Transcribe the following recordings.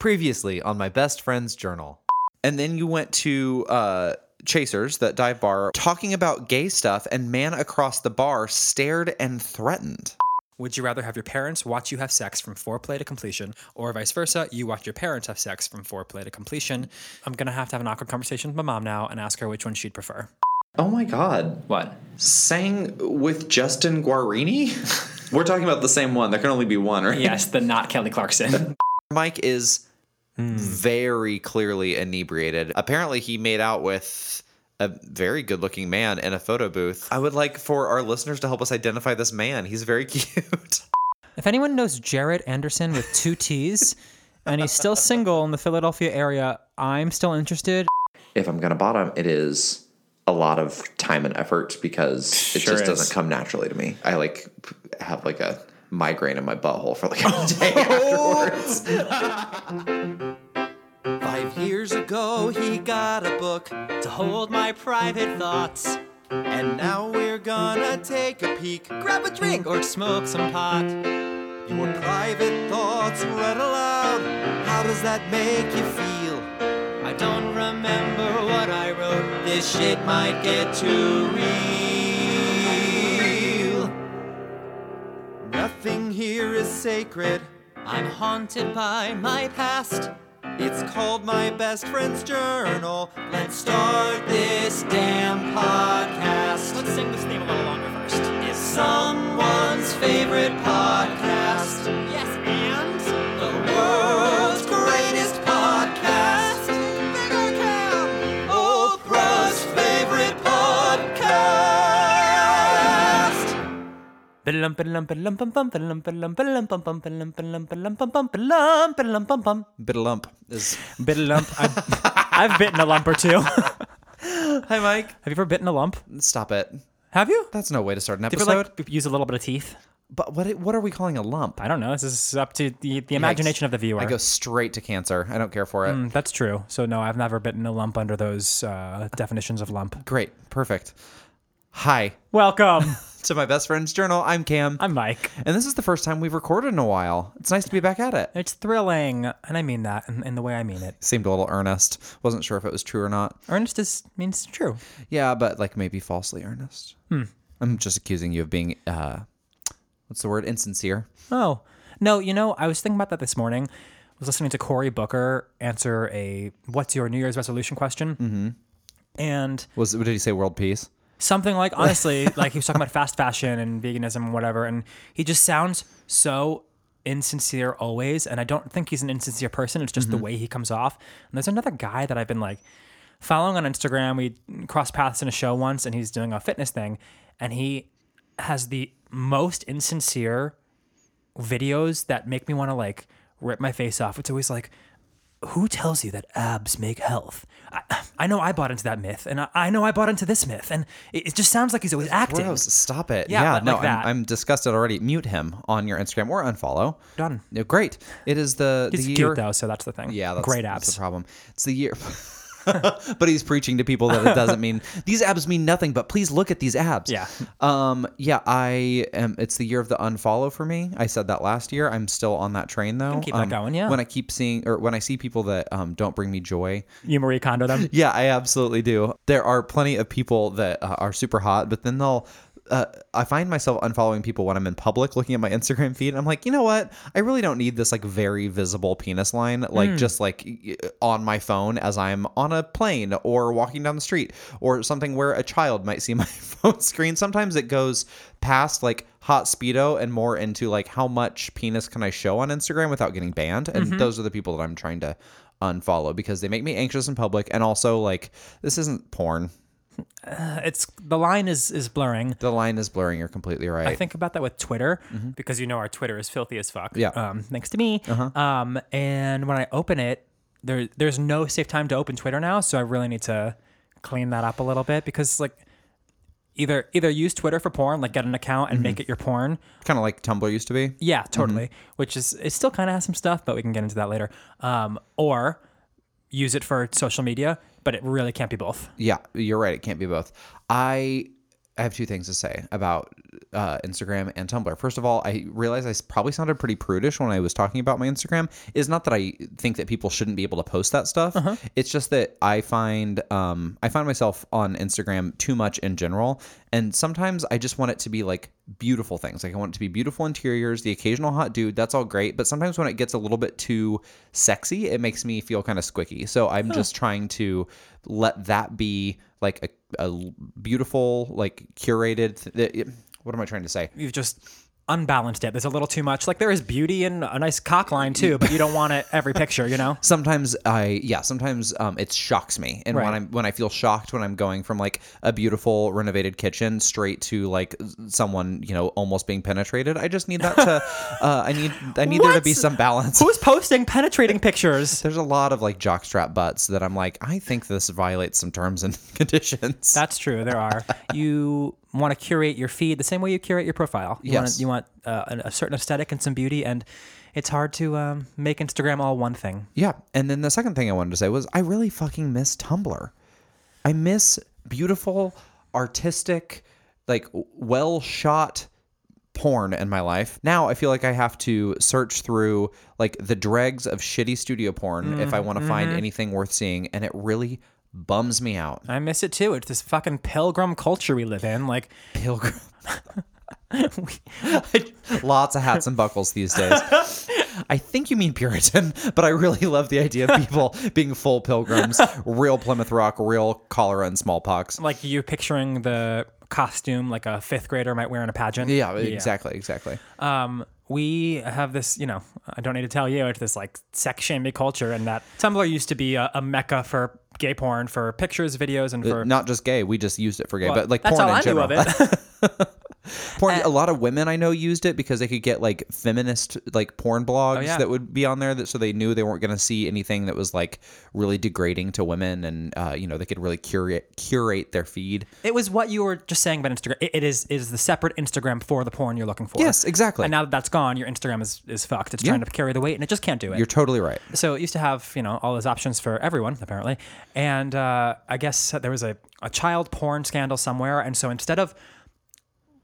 Previously on my best friend's journal. And then you went to uh, Chasers, that dive bar, talking about gay stuff, and man across the bar stared and threatened. Would you rather have your parents watch you have sex from foreplay to completion, or vice versa, you watch your parents have sex from foreplay to completion? I'm gonna have to have an awkward conversation with my mom now and ask her which one she'd prefer. Oh my God. What? Sang with Justin Guarini? We're talking about the same one. There can only be one, right? Yes, the not Kelly Clarkson. Mike is very clearly inebriated. Apparently, he made out with a very good looking man in a photo booth. I would like for our listeners to help us identify this man. He's very cute. If anyone knows Jared Anderson with two T's and he's still single in the Philadelphia area, I'm still interested. if I'm going to bottom, it is a lot of time and effort because it Sure just is. doesn't come naturally to me. I like p- have like a migraine in my butthole for like a day afterwards. Five years ago, he got a book to hold my private thoughts. And now we're gonna take a peek, grab a drink, or smoke some pot. Your private thoughts read aloud. How does that make you feel? I don't remember what I wrote. This shit might get too real. Nothing here is sacred. I'm haunted by my past. It's called my best friend's journal. Let's start this damn podcast. Let's sing this theme a little longer first. It's someone's favorite podcast. Yes, and the world's greatest podcast. Bigger Cam, Oprah's favorite podcast. Bit Bit of lump is a lump. I've, I've bitten a lump or two. Have hi Mike. you ever bitten a lump? Stop it. Have you? That's no way to start an Did you episode. ever like use a little bit of teeth? but what what are we calling a lump? I don't know. This is up to the, the imagination of the viewer. I go straight to cancer. I don't care for it. Hmm. Mm, That's true. So no, I've never bitten a lump under those uh, definitions of lump. Great, perfect. Hi Welcome. to my best friend's journal. I'm Cam, I'm Mike. and this is the first time we've recorded in a while. It's nice to be back at it. It's thrilling, and I mean that in, in the way I mean it. Seemed a little earnest. Wasn't sure if it was true or not. Earnest is means true. Yeah, but like maybe falsely earnest. Hmm. I'm just accusing you of being uh what's the word? Insincere. Oh no, you know I was thinking about that this morning. I was listening to Cory Booker answer a "What's your New Year's resolution?" question, mm-hmm. and Was did he say world peace? something like honestly like he was talking about fast fashion and veganism and whatever and he just sounds so insincere always and i don't think he's an insincere person it's just the way he comes off and there's another guy that i've been like following on instagram we crossed paths in a show once and he's doing a fitness thing and he has the most insincere videos that make me want to like rip my face off it's always like who tells you that abs make health? I, I know I bought into that myth, and I, I know I bought into this myth, and it, it just sounds like he's always acting. Gross. Stop it. Yeah, Yeah, but no, like that. I'm, I'm disgusted already. Mute him on your Instagram or unfollow. Done. Yeah, great. It is the He's the cute year. though, so that's the thing. Yeah, that's, great that's the abs. problem. It's the year. but he's preaching to people that it doesn't mean these abs mean nothing. But please look at these abs. Yeah. Um. Yeah. I am. It's the year of the unfollow for me. I said that last year. I'm still on that train though. keep that Um, going, yeah. When I keep seeing or when I see people that um don't bring me joy, You Marie Kondo them. yeah, I absolutely do. There are plenty of people that uh, are super hot, but then they'll. Uh, I find myself unfollowing people when I'm in public, looking at my Instagram feed. And I'm like, you know what? I really don't need this like very visible penis line, like just like y- on my phone as I'm on a plane or walking down the street or something where a child might see my phone screen. Sometimes it goes past like hot speedo and more into like how much penis can I show on Instagram without getting banned. And those are the people that I'm trying to unfollow because they make me anxious in public and also like this isn't porn It's the line is is blurring. the line is blurring you're completely right I think about that with Twitter because you know our Twitter is filthy as fuck. Yeah. Um, thanks to me. Uh-huh. Um, and when I open it, there there's no safe time to open Twitter now, so I really need to clean that up a little bit because like either either use Twitter for porn, like get an account and make it your porn, kind of like tumblr used to be Yeah, totally. Which is it still kind of has some stuff, but we can get into that later. Um, or use it for social media, but it really can't be both. yeah you're right it can't be both i I have two things to say about uh, Instagram and Tumblr. First of all, I realize I s- probably sounded pretty prudish when I was talking about my Instagram. It's not that I think that people shouldn't be able to post that stuff. Uh-huh. It's just that I find um, I find myself on Instagram too much in general, and sometimes I just want it to be like beautiful things. Like I want it to be beautiful interiors, the occasional hot dude. That's all great, but sometimes when it gets a little bit too sexy, it makes me feel kind of squicky. So I'm just trying to let that be like a a l- beautiful, like curated. Th- th- it- what am I trying to say? You've just unbalanced it. There's a little too much. Like there is beauty in a nice cock line too, but you don't want it every picture, you know? Sometimes I, yeah, sometimes um, it shocks me, and when Right. I'm when I feel shocked when I'm going from like a beautiful renovated kitchen straight to like s- someone you know almost being penetrated. I just need that to. uh, I need I need there to be What's- some balance. Who's posting penetrating pictures? There's a lot of like jockstrap butts that I'm like, I think this violates some terms and conditions. That's true. There are. You want to curate your feed the same way you curate your profile. You Yes. Want, you want uh, an- a certain aesthetic and some beauty, and it's hard to um, make Instagram all one thing. Yeah. And then the second thing I wanted to say was I really fucking miss Tumblr. I miss beautiful, artistic, like well shot porn in my life. Now I feel like I have to search through like the dregs of shitty studio porn if I want to find anything worth seeing. And it really bums me out. I miss it too. It's this fucking pilgrim culture we live in. Like, Pilgrim. Lots of hats and buckles these days. I think you mean Puritan, but I really love the idea of people being full pilgrims, real Plymouth Rock, real cholera and smallpox. like you picturing the costume like a fifth grader might wear in a pageant. Yeah, exactly, exactly. Um, we have this, you know, I don't need to tell you, it's this like sex shaming culture, and that Tumblr used to be a, a mecca for gay porn, for pictures, videos, and for Not just gay, we just used it for gay, but like that's porn all in I general. knew of it. porn a lot of women i know used it because they could get like feminist like porn blogs Oh, yeah. that would be on there that so they knew they weren't going to see anything that was like really degrading to women and uh, you know they could really curate curate their feed It was what you were just saying about Instagram. It, it is it is the separate Instagram for the porn you're looking for. Yes, exactly. And now that that's gone, your Instagram is is fucked. It's trying to carry the weight, and it just can't do it. you're totally right so it used to have you know all those options for everyone apparently, and uh, I guess there was a, a child porn scandal somewhere, and so instead of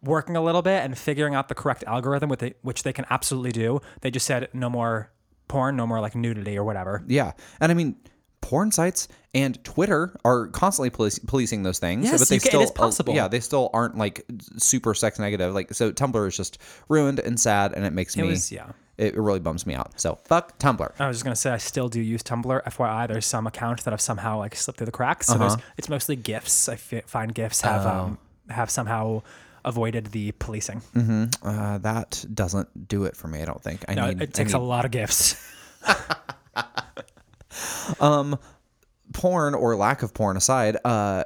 working a little bit and figuring out the correct algorithm with the, which they can absolutely do, they just said no more porn, no more like nudity or whatever. yeah and i mean porn sites and twitter are constantly police- policing those things Yes, but they you can- still it is possible. yeah they still aren't like super sex negative like so tumblr is just ruined and sad and it makes me was- yeah. it really bums me out so fuck tumblr I was just gonna say I still do use Tumblr. FYI, there's some accounts that have somehow like slipped through the cracks. So there's it's mostly gifs. I fi- find gifs have um, have somehow avoided the policing. Uh, that doesn't do it for me. I don't think. I No, need, it takes I a need lot of gifs. porn or lack of porn aside. Uh,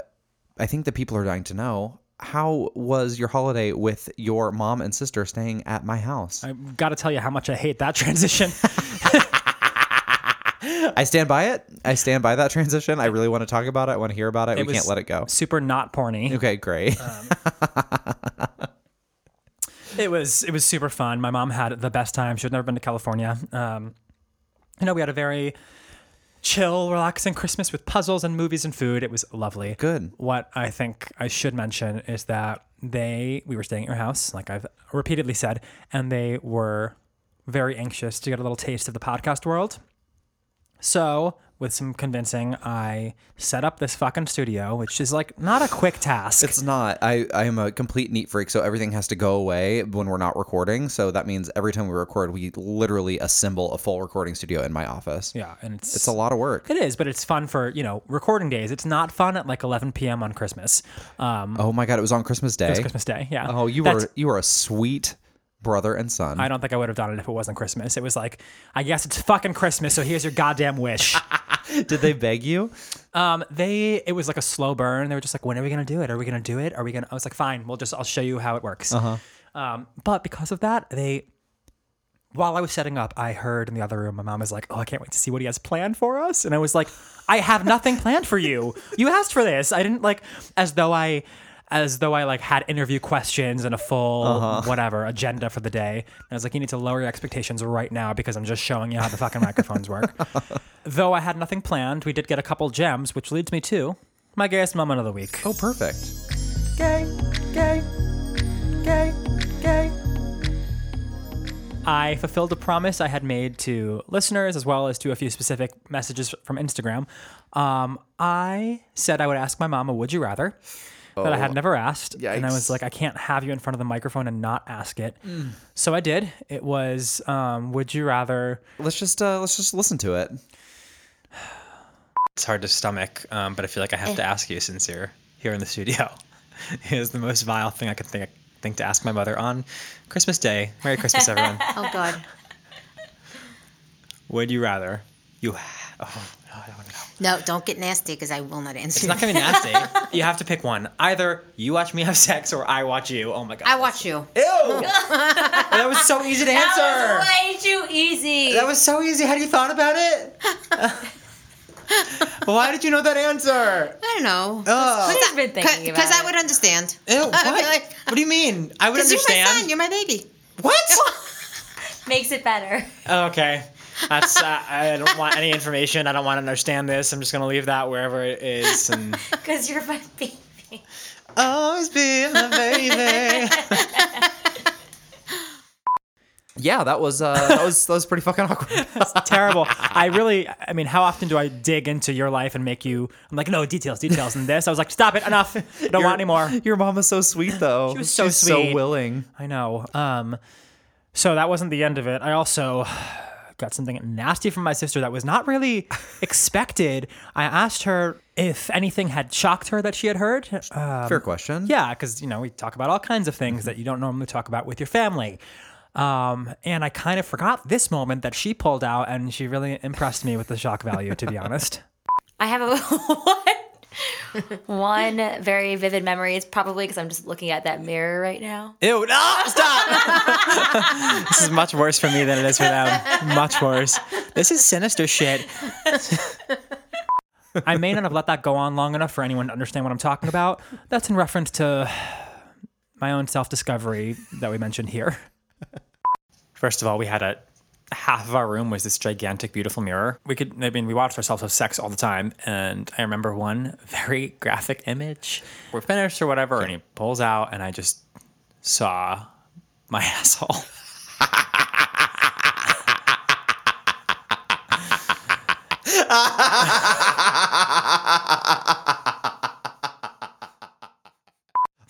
I think that people are dying to know how was your holiday with your mom and sister staying at my house. I, I got to tell you how much I hate that transition. stand by it. I stand by that transition. I really want to talk about it. I want to hear about it. Uh, we can't was- let it go. Super not porny. Okay, great. It was it was super fun. My mom had the best time. She'd never been to California. Um, you know, we had a very chill, relaxing Christmas with puzzles and movies and food. It was lovely. Good. What I think I should mention is that they we were staying at your house, like I've repeatedly said, and they were very anxious to get a little taste of the podcast world. So, with some convincing, I set up this fucking studio, which is like not a quick task. It's not. I I am a complete neat freak, so everything has to go away when we're not recording. So that means every time we record, we literally assemble a full recording studio in my office. yeah, and it's It's a lot of work. It is, but it's fun for you know recording days. It's not fun at like 11 p.m. on Christmas. Um, Oh my god, it was on Christmas Day. it's Christmas Day. Yeah. Oh, you That's- were you were a sweet brother and son. I don't think I would have done it if it wasn't Christmas. It was like, I guess it's fucking Christmas, so here's your goddamn wish. Did they beg you? um, they, it was like a slow burn. They were just like, when are we gonna do it? Are we gonna do it? Are we gonna? I was like, fine, we'll just, I'll show you how it works. Uh-huh. Um, but because of that, they, while I was setting up, I heard in the other room, my mom was like, oh, I can't wait to see what he has planned for us, and I was like, I have nothing planned for you. You asked for this. I didn't like, as though I. As though I like had interview questions and a full whatever agenda for the day. And I was like, you need to lower your expectations right now because I'm just showing you how the fucking microphones work. Though I had nothing planned, we did get a couple gems, which leads me to my gayest moment of the week. Oh, perfect. Okay, gay, gay, gay. I fulfilled a promise I had made to listeners as well as to a few specific messages from Instagram. Um, I said I would ask my mom a would you rather that I had never asked. And I was Yikes. like, I can't have you in front of the microphone and not ask it. So I did. It was um, would you rather Let's just uh, let's just listen to it. It's hard to stomach, um, but I feel like I have Eh. to ask you, sincere, here in the studio. it is the most vile thing I could think think to ask my mother on Christmas Day. Merry Christmas, everyone. Oh God. Would you rather you? Ha- oh no, I don't want to know. No, don't get nasty because I will not answer. It's not gonna be nasty. you have to pick one. Either you watch me have sex or I watch you. Oh my god. I watch you. Ew. that was so easy to answer. way too easy. That was so easy. Had you thought about it? Why did you know that answer? I don't know. Oh. She's been thinking about Because I it. would understand. Ew, what? I'd be like, what do you mean? I would Because you're my understand. son. You're my baby. what? Makes it better. Okay. That's uh, I don't want any information. I don't want to understand this. I'm just going to leave that wherever it is and Because you're my baby. always be my baby. Yeah, that was uh, that was that was pretty fucking awkward. terrible. I really, I mean, how often do I dig into your life and make you? I'm like, no details, details, and this. I was like, stop it, enough. I don't want anymore. Your mom is so sweet though. She was so She's sweet. so willing. I know. Um, so that wasn't the end of it. I also got something nasty from my sister that was not really expected. I asked her if anything had shocked her that she had heard. Um, Fair question. yeah, because you know we talk about all kinds of things that you don't normally talk about with your family. Um, and I kind of forgot this moment that she pulled out, and she really impressed me with the shock value. To be honest. I have a one, one very vivid memory. It's probably because I'm just looking at that mirror right now. Ew, no, stop. this is much worse for me than it is for them. Much worse. This is sinister shit. I may not have let that go on long enough for anyone to understand what I'm talking about. That's in reference to my own self discovery that we mentioned here. First of all, we had a half of our room was this gigantic, beautiful mirror. We could, I mean, we watched ourselves have sex all the time. And I remember one very graphic image. We're finished or whatever. And he pulls out, and I just saw my asshole.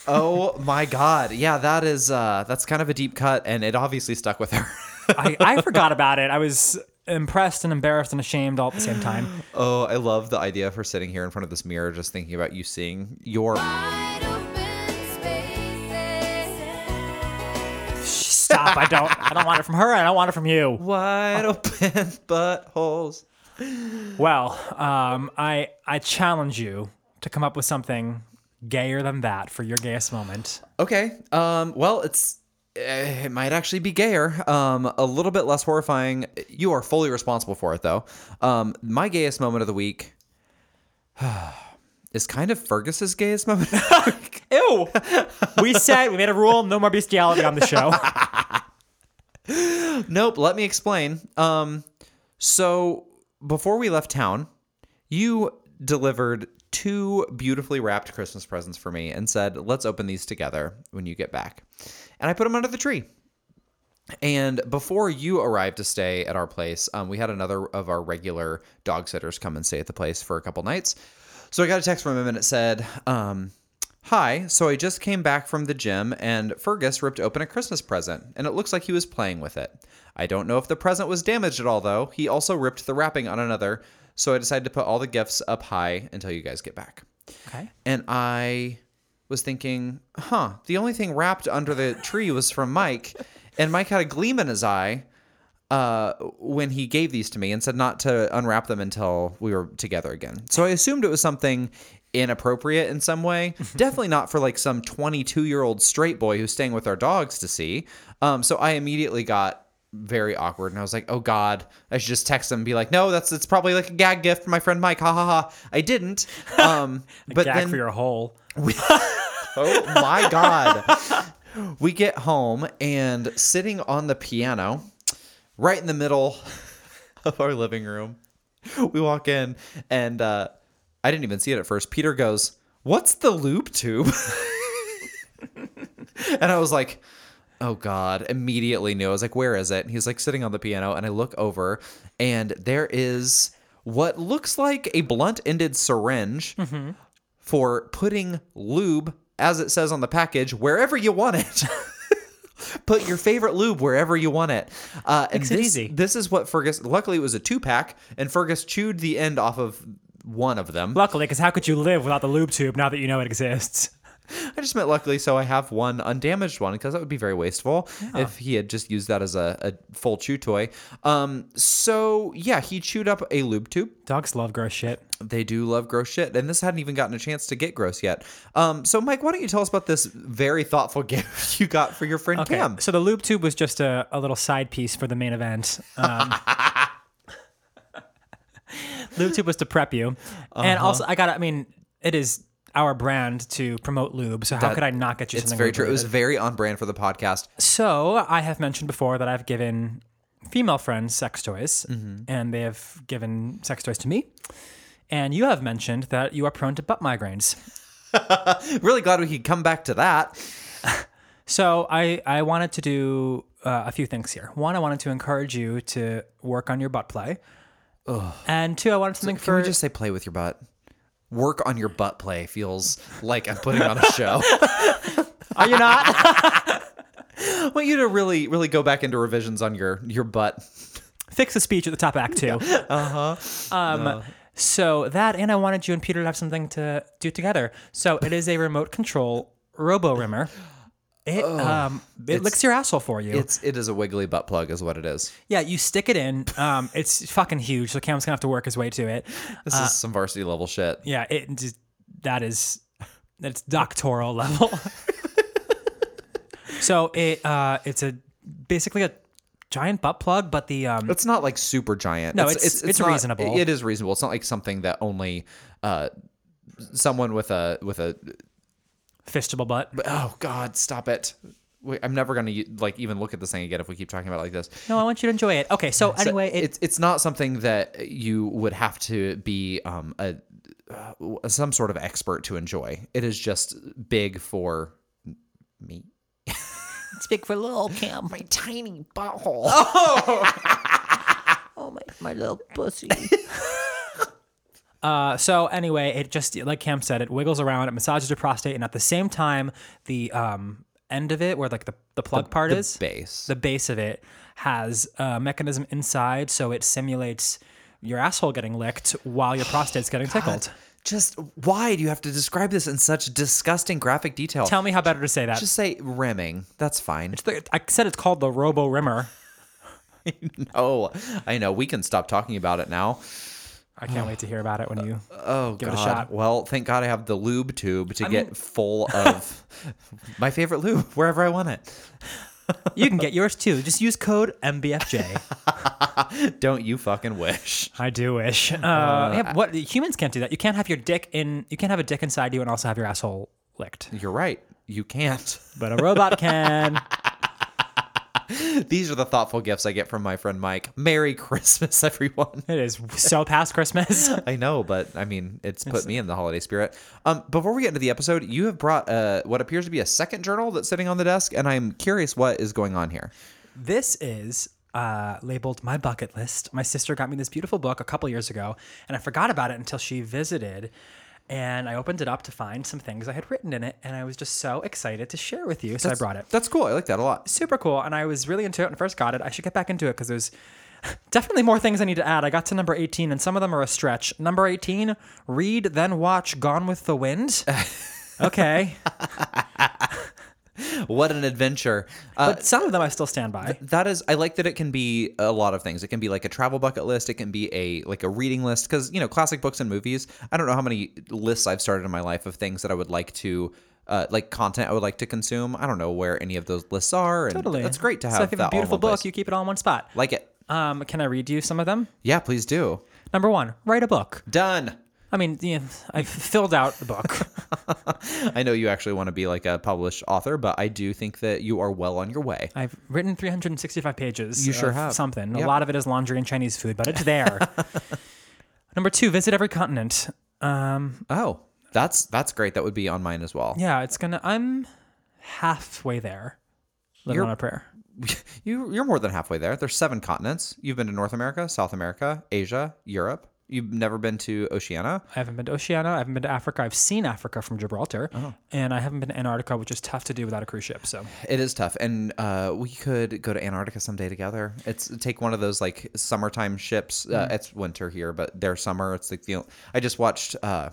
Oh my god. Yeah, that is uh, that's kind of a deep cut, and it obviously stuck with her. I, I forgot about it. I was impressed and embarrassed and ashamed all at the same time. oh, I love the idea of her sitting here in front of this mirror, just thinking about you seeing your. Stop. I don't I don't want it from her. I don't want it from you. wide open buttholes. Well, um, I I challenge you to come up with something gayer than that for your gayest moment. Okay. Um. Well, it's eh, it might actually be gayer. Um. A little bit less horrifying. You are fully responsible for it, though. Um. My gayest moment of the week. Is kind of Fergus's gayest moment. Ew. We said we made a rule, no more bestiality on the show. nope, let me explain. Um, so before we left town, you delivered two beautifully wrapped Christmas presents for me and said, "Let's open these together when you get back." And I put them under the tree. And before you arrived to stay at our place, um, we had another of our regular dog sitters come and stay at the place for a couple nights. So I got a text from him and it said, um, Hi, so I just came back from the gym and Fergus ripped open a Christmas present and it looks like he was playing with it. I don't know if the present was damaged at all though. He also ripped the wrapping on another, so I decided to put all the gifts up high until you guys get back. Okay. And I was thinking, huh, the only thing wrapped under the tree was from Mike. And Mike had a gleam in his eye uh, when he gave these to me and said not to unwrap them until we were together again. So I assumed it was something inappropriate in some way. Definitely not for like some 22 year old straight boy who's staying with our dogs to see. Um, so I immediately got very awkward and I was like, oh God, I should just text him and be like, no, that's it's probably like a gag gift for my friend Mike. Ha ha ha. I didn't. Um, but Gag then for your hole. Oh my God. We get home and sitting on the piano, right in the middle of our living room, we walk in and uh, I didn't even see it at first. Peter goes, What's the lube tube? And I was like, oh God, immediately knew. I was like, where is it? And he's like sitting on the piano. And I look over and there is what looks like a blunt ended syringe Mm-hmm. for putting lube, as it says on the package, wherever you want it. Put your favorite lube wherever you want it. Uh, and Makes it this, easy. This is what Fergus. Luckily, it was a two pack, and Fergus chewed the end off of one of them. Luckily, because how could you live without the lube tube now that you know it exists? I just meant luckily, so I have one undamaged one because that would be very wasteful if he had just used that as a, a full chew toy. Um, so yeah, he chewed up a lube tube. Dogs love gross shit. They do love gross shit, and this hadn't even gotten a chance to get gross yet. Um, so Mike, why don't you tell us about this very thoughtful gift you got for your friend Okay, Cam? so the lube tube was just a, a little side piece for the main event. Um, lube tube was to prep you, and Uh-huh. also I got. I mean, it is our brand to promote lube, so how could I not get you It's something? very true. It was lube-related? very on brand for the podcast. So I have mentioned before that I've given female friends sex toys, Mm-hmm. and they have given sex toys to me. And you have mentioned that you are prone to butt migraines. Really glad we could come back to that. So I I wanted to do uh, a few things here. One, I wanted to encourage you to work on your butt play. And two, I wanted something Can for we just say play with your butt? Work on your butt play feels like I'm putting on a show. are you not I want you to really, really go back into revisions on your your butt. fix the speech at the top act two. Uh Uh-huh. huh. Um. Uh. So that and I wanted you and Peter to have something to do together. So it is a remote control robo rimmer. It um it licks your asshole for you. It's it is a wiggly butt plug, is what it is. Yeah, you stick it in. Um, it's fucking huge. So Cam's gonna have to work his way to it. This Uh, is some varsity level shit. Yeah, it just, that is that's doctoral level. so it uh, it's a basically a giant butt plug, but the um, It's not like super giant. No, it's- it's not- reasonable. It is reasonable. It's not like something that only uh, someone with a with a fistable butt. oh god, stop it. Wait, I'm never gonna u- like even look at this thing again if we keep talking about it like this. No, I want you to enjoy it. Okay, so, So anyway, it, it's it's not something that you would have to be um a uh, some sort of expert to enjoy. It is just big for me. it's big for little Cam. My tiny butthole. Oh my, my little pussy. Uh, so anyway, it just like Cam said, it wiggles around, it massages your prostate, and at the same time, the um, end of it, where like the, the plug part the is, base. the base of it has a mechanism inside, so it simulates your asshole getting licked while your prostate's getting tickled. Just why do you have to describe this in such disgusting graphic detail? Tell me how better to say that. Just say rimming. That's fine. I said it's called the Robo Rimmer. Oh, I know. We can stop talking about it now. I can't wait to hear about it when you. Oh, Give it God. a shot. Well, thank God I have the lube tube to get full of my favorite lube wherever I want it. You can get yours too. Just use code MBFJ. Don't you fucking wish. I do wish. Uh, yeah, what humans can't do that. You can't have your dick in. You can't have a dick inside you and also have your asshole licked. You're right. You can't. But a robot can. These are the thoughtful gifts I get from my friend Mike. Merry Christmas, everyone. it is so past Christmas. I know, but I mean, it's put me in the holiday spirit. Um, before we get into the episode, you have brought uh, what appears to be a second journal that's sitting on the desk, and I'm curious what is going on here. This is uh, labeled my bucket list. My sister got me this beautiful book a couple years ago, and I forgot about it until she visited. And I opened it up to find some things I had written in it, and I was just so excited to share with you. So I brought it. That's cool. I like that a lot. Super cool, and I was really into it when I first got it. I should get back into it because there's definitely more things I need to add. I got to number 18, and some of them are a stretch. Number 18, read, then watch Gone with the Wind. Okay. What an adventure. Uh, but some of them I still stand by. that is i like that it can be a lot of things it can be like a travel bucket list it can be a like a reading list because you know classic books and movies i don't know how many lists i've started in my life of things that i would like to uh, like content i would like to consume i don't know where any of those lists are and Totally. that's great to So have if you that have all in a beautiful one book, place. you keep it all in one spot. like it Um, can I read you some of them? yeah please do Number one, write a book. done I mean, yeah, I filled out the book. i know you actually want to be like a published author but i do think that you are well on your way I've written 365 pages. You sure of have. Something. Yeah. A lot of it is laundry and Chinese food, but it's there. Number two, visit every continent. Um, oh that's that's great that would be on mine as well yeah, it's gonna. I'm halfway there. Living You're- on a prayer. You you're more than halfway there. There's seven continents. You've been to North America, South America, Asia, Europe. You've never been to Oceania. I haven't been to Oceania. I haven't been to Africa. I've seen Africa from Gibraltar, Oh. and I haven't been to Antarctica, which is tough to do without a cruise ship. So It is tough, and uh, we could go to Antarctica someday together. It's take one of those like summertime ships. Uh, It's winter here, but their summer. It's like the. I just watched. Uh,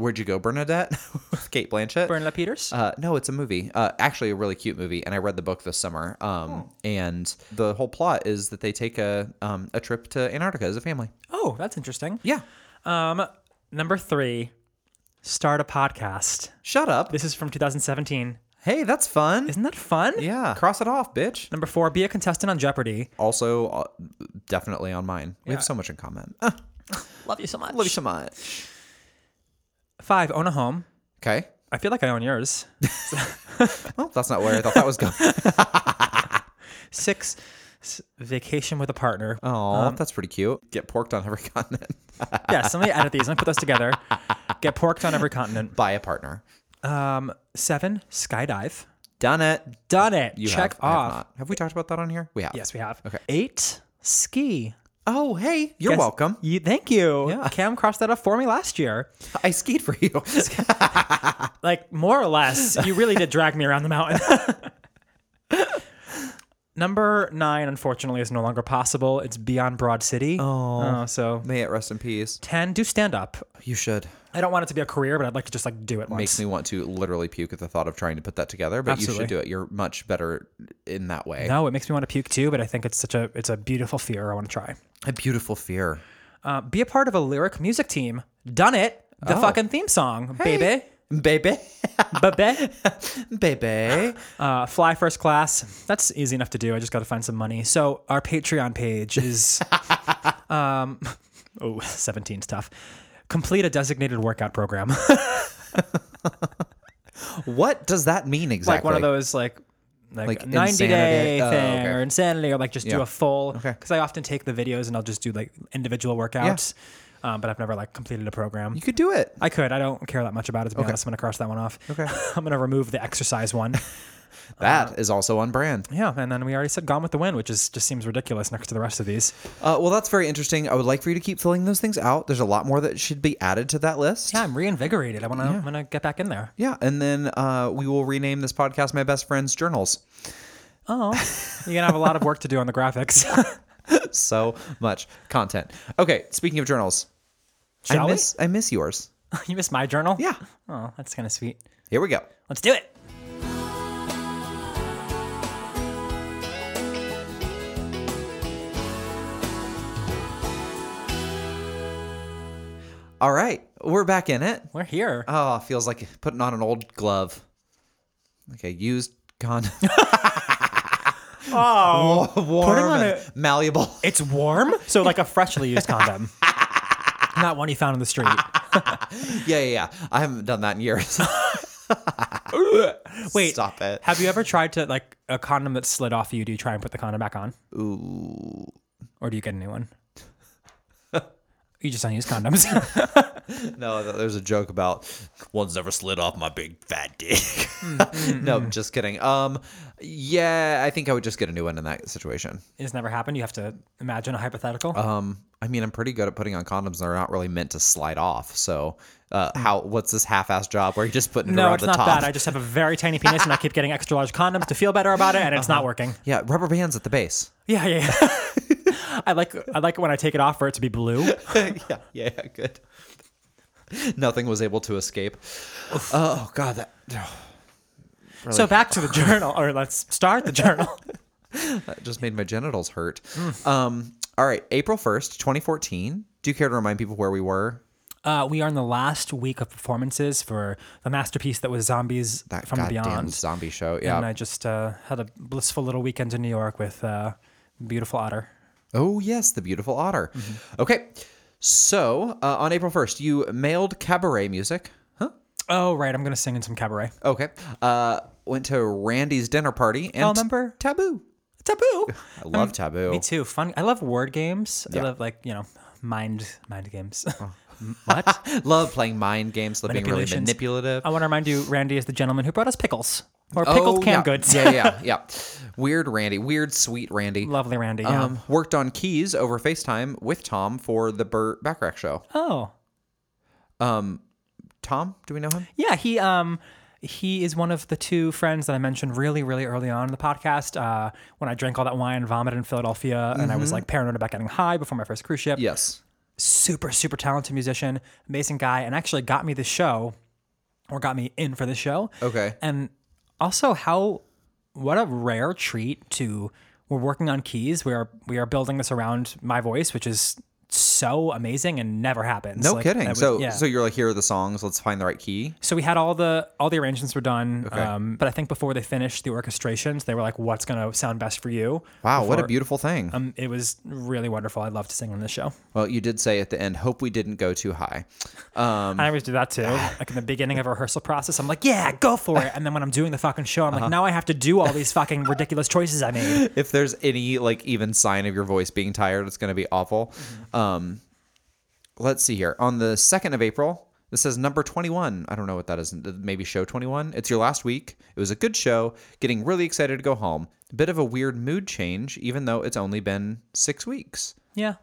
Where'd you go, Bernadette? With Kate Blanchett. Bernadette Peters. Uh, no, it's a movie. Uh, actually, a really cute movie, and I read the book this summer. Um, and the whole plot is that they take a um, a trip to Antarctica as a family. oh, that's interesting. Yeah, Number three, start a podcast. shut up. This is from 2017. Hey, that's fun. Isn't that fun? Yeah, cross it off, bitch. Number four, be a contestant on Jeopardy. Also, uh, definitely on mine. We have so much in common. Ah, Love you so much. love you so much. Five, own a home. Okay. I feel like I own yours. Well, that's not where I thought that was going. Six, s- vacation with a partner. Oh, that's pretty cute. Get porked on every continent yeah, somebody edit these and put those together. Get porked on every continent. by a partner. Um, seven, skydive. Done it. Done it. You Check have, I have off. not. Have we talked about that on here? We have. Yes, we have. Okay. Eight, ski. Oh, hey, you're Guess- welcome. You, thank you. Cam crossed that off for me last year. I skied for you. Like, more or less, you really did drag me around the mountain. Number nine, unfortunately, is no longer possible. It's beyond Broad City. Oh. so, May it rest in peace. 10, do stand up. You should. I don't want it to be a career, but I'd like to just like do it once. Makes me want to literally puke at the thought of trying to put that together, but you Absolutely. should do it. You're much better in that way. no, it makes me want to puke too, but I think it's such a it's a beautiful fear. I want to try. A beautiful fear. Uh, be a part of a lyric music team. Done it. The Oh. fucking theme song, baby, Baby. baby. Baby. Uh, fly first class. That's easy enough to do. I just got to find some money. So our Patreon page is, um, oh, 17 stuff. Complete a designated workout program, what does that mean exactly? like one of those like. Like, Like 90 day insanity? Oh, thing okay. or insanity or like just do Yeah. a full Okay. because I often take the videos and I'll just do like individual workouts um, but I've never like completed a program You could do it. I could I don't care that much about it to be honest I'm gonna cross that one off okay I'm gonna remove the exercise one Uh-huh. That is also on brand. yeah and then we already said gone with the wind which is just seems ridiculous next to the rest of these Uh, well, that's very interesting. I would like for you to keep filling those things out. There's a lot more that should be added to that list. Yeah, I'm reinvigorated. I want to. I'm gonna get back in there. Yeah, and then uh, we will rename this podcast "My Best Friend's Journals." Oh, you're gonna have a lot of work to do on the graphics. So much content. Okay, speaking of journals, Shall I we? miss I miss yours. you missed my journal. Yeah, Oh, that's kind of sweet. here we go. Let's do it. All right, we're back in it. We're here. Oh, feels like putting on an old glove. Like a used condom. oh, warm, on and malleable. it's warm, so like a freshly used condom, not one you found on the street. Yeah, yeah, yeah. I haven't done that in years. Wait, Stop it. Have you ever tried to like a condom that slid off you? Do you try and put the condom back on? Ooh. Or do you get a new one? you just don't use condoms. No, th- there's a joke about one's never slid off my big fat dick. Mm, no, just kidding. Um, yeah, I think I would just get a new one in that situation. it's never happened. You have to imagine a hypothetical. Um, I mean, I'm pretty good at putting on condoms. They're not really meant to slide off. So, uh, how? What's this half-ass job where you're just putting it Mm. no, around it's the not top? that. I just have a very tiny penis, and I keep getting extra large condoms to feel better about it, and Uh-huh. it's not working. yeah, rubber bands at the base. Yeah, yeah. yeah. I like I like it when I take it off for it to be blue. yeah, yeah, yeah, good. Nothing was able to escape. Oh God, that So back to the journal, or let's start the journal. That just made my genitals hurt. Hmm. Um, all right, April 1st, 2014. Do you care to remind people where we were? Uh, we are in the last week of performances for the masterpiece that was Zombies That from goddamn Beyond, zombie show. Yeah. and I just uh, had a blissful little weekend in New York with uh, beautiful Otter. oh, yes, The Beautiful Otter. Mm-hmm. Okay. So uh, on April 1st, you mailed cabaret music. Huh? Oh right, I'm gonna sing in some cabaret. Okay. Uh, went to Randy's dinner party and Oh, remember? Taboo. Taboo. I love Taboo. Me too. Fun. I love word games. I love like you know mind mind games. M- what? Love playing mind games, love being really Manipulations. manipulative. I want to remind you, Randy is the gentleman who brought us pickles. or pickled Oh, canned yeah. goods. yeah, yeah, yeah. Weird Randy. Weird, sweet Randy. Lovely, Randy. Yeah. Um, worked on keys over FaceTime with Tom for the Burt Bacharach show. oh, Tom, do we know him? yeah. He um he is one of the two friends that I mentioned really, really early on in the podcast. Uh, when I drank all that wine and vomited in Philadelphia, and I Mm-hmm. was like paranoid about getting high before my first cruise ship. Yes. super super talented musician amazing guy and actually got me the show or got me in for the show Okay. and also how what a rare treat to we're working on keys we are we are building this around my voice which is so amazing and never happens No Like, kidding. that was- so, yeah. so you're like, here are the songs. Let's find the right key. So we had all the all the arrangements were done, um, but I think before they finished the orchestrations, they were like, "What's going to sound best for you?" Wow, what a Before- beautiful thing. Um, it was really wonderful. I love to sing on this show. well, you did say at the end, hope we didn't go too high. Um, I always do that too. Like in the beginning of a rehearsal process, I'm like, yeah, go for it. And then when I'm doing the fucking show, I'm Uh-huh. like, now I have to do all these fucking ridiculous choices I made. If there's any like even sign of your voice being tired, it's going to be awful. Um, let's see here. On the 2nd of April, this says number 21. I don't know what that is. Maybe show 21. It's your last week. It was a good show. Getting really excited to go home. Bit of a weird mood change, even though it's only been six weeks. Yeah.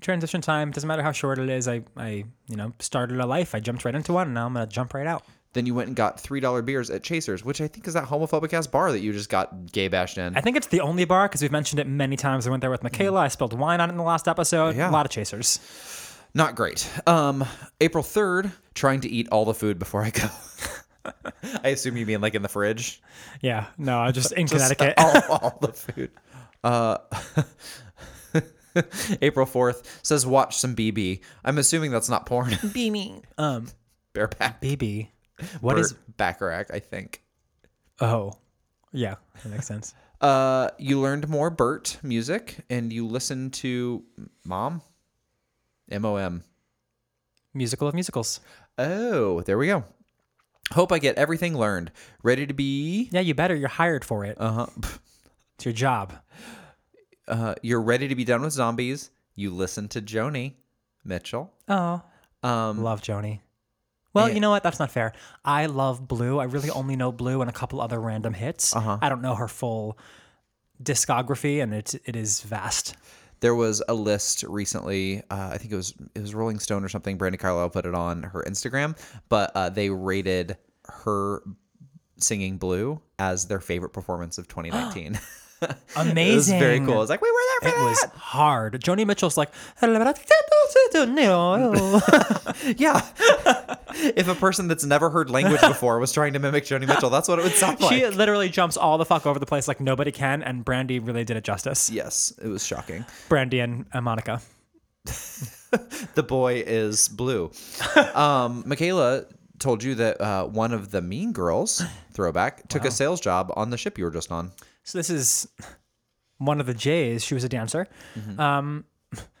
Transition time doesn't matter how short it is. I, I, you know, started a life. I jumped right into one, and now I'm gonna jump right out. Then you went and got $3 beers at Chasers, which I think is that homophobic ass bar that you just got gay bashed in. I think it's the only bar because we've mentioned it many times. I went there with Michaela. I spilled wine on it in the last episode. Yeah. A lot of chasers. Not great. Um, April 3rd, trying to eat all the food before I go. I assume you mean like in the fridge. Yeah. No, I just in Connecticut. All, all the food. Uh, April 4th says, watch some BB. I'm assuming that's not porn. um, Bareback. BB, what is? Bacharach, I think. Oh, yeah, that makes sense. Uh, you learned more Bert music and you listened to Mom? M O M. Musical of musicals. Oh, there we go. Hope I get everything learned. Ready to be. Yeah, you better. You're hired for it. Uh huh. It's your job. Uh, you're ready to be done with zombies. You listen to Joni Mitchell. Oh. Um, love Joni. Well, Yeah. you know what? That's not fair. I love Blue. I really only know Blue and a couple other random hits. Uh-huh. I don't know her full discography, and it it is vast. There was a list recently. Uh, I think it was it was Rolling Stone or something. Brandy Carlisle put it on her Instagram, but uh, they rated her singing "Blue" as their favorite performance of 2019. it was Amazing. very cool. It's like we were there It for that. was hard. Joni Mitchell's like, yeah. if a person that's never heard language before was trying to mimic Joni Mitchell, that's what it would sound like. she literally jumps all the fuck over the place like nobody can, and Brandy really did it justice. yes, it was shocking. Brandy and uh, Monica. the boy is blue. um, Michaela told you that uh, one of the Mean Girls throwback took a sales job on the ship you were just on. So this is one of the Jays. She was a dancer. Mm-hmm. Um,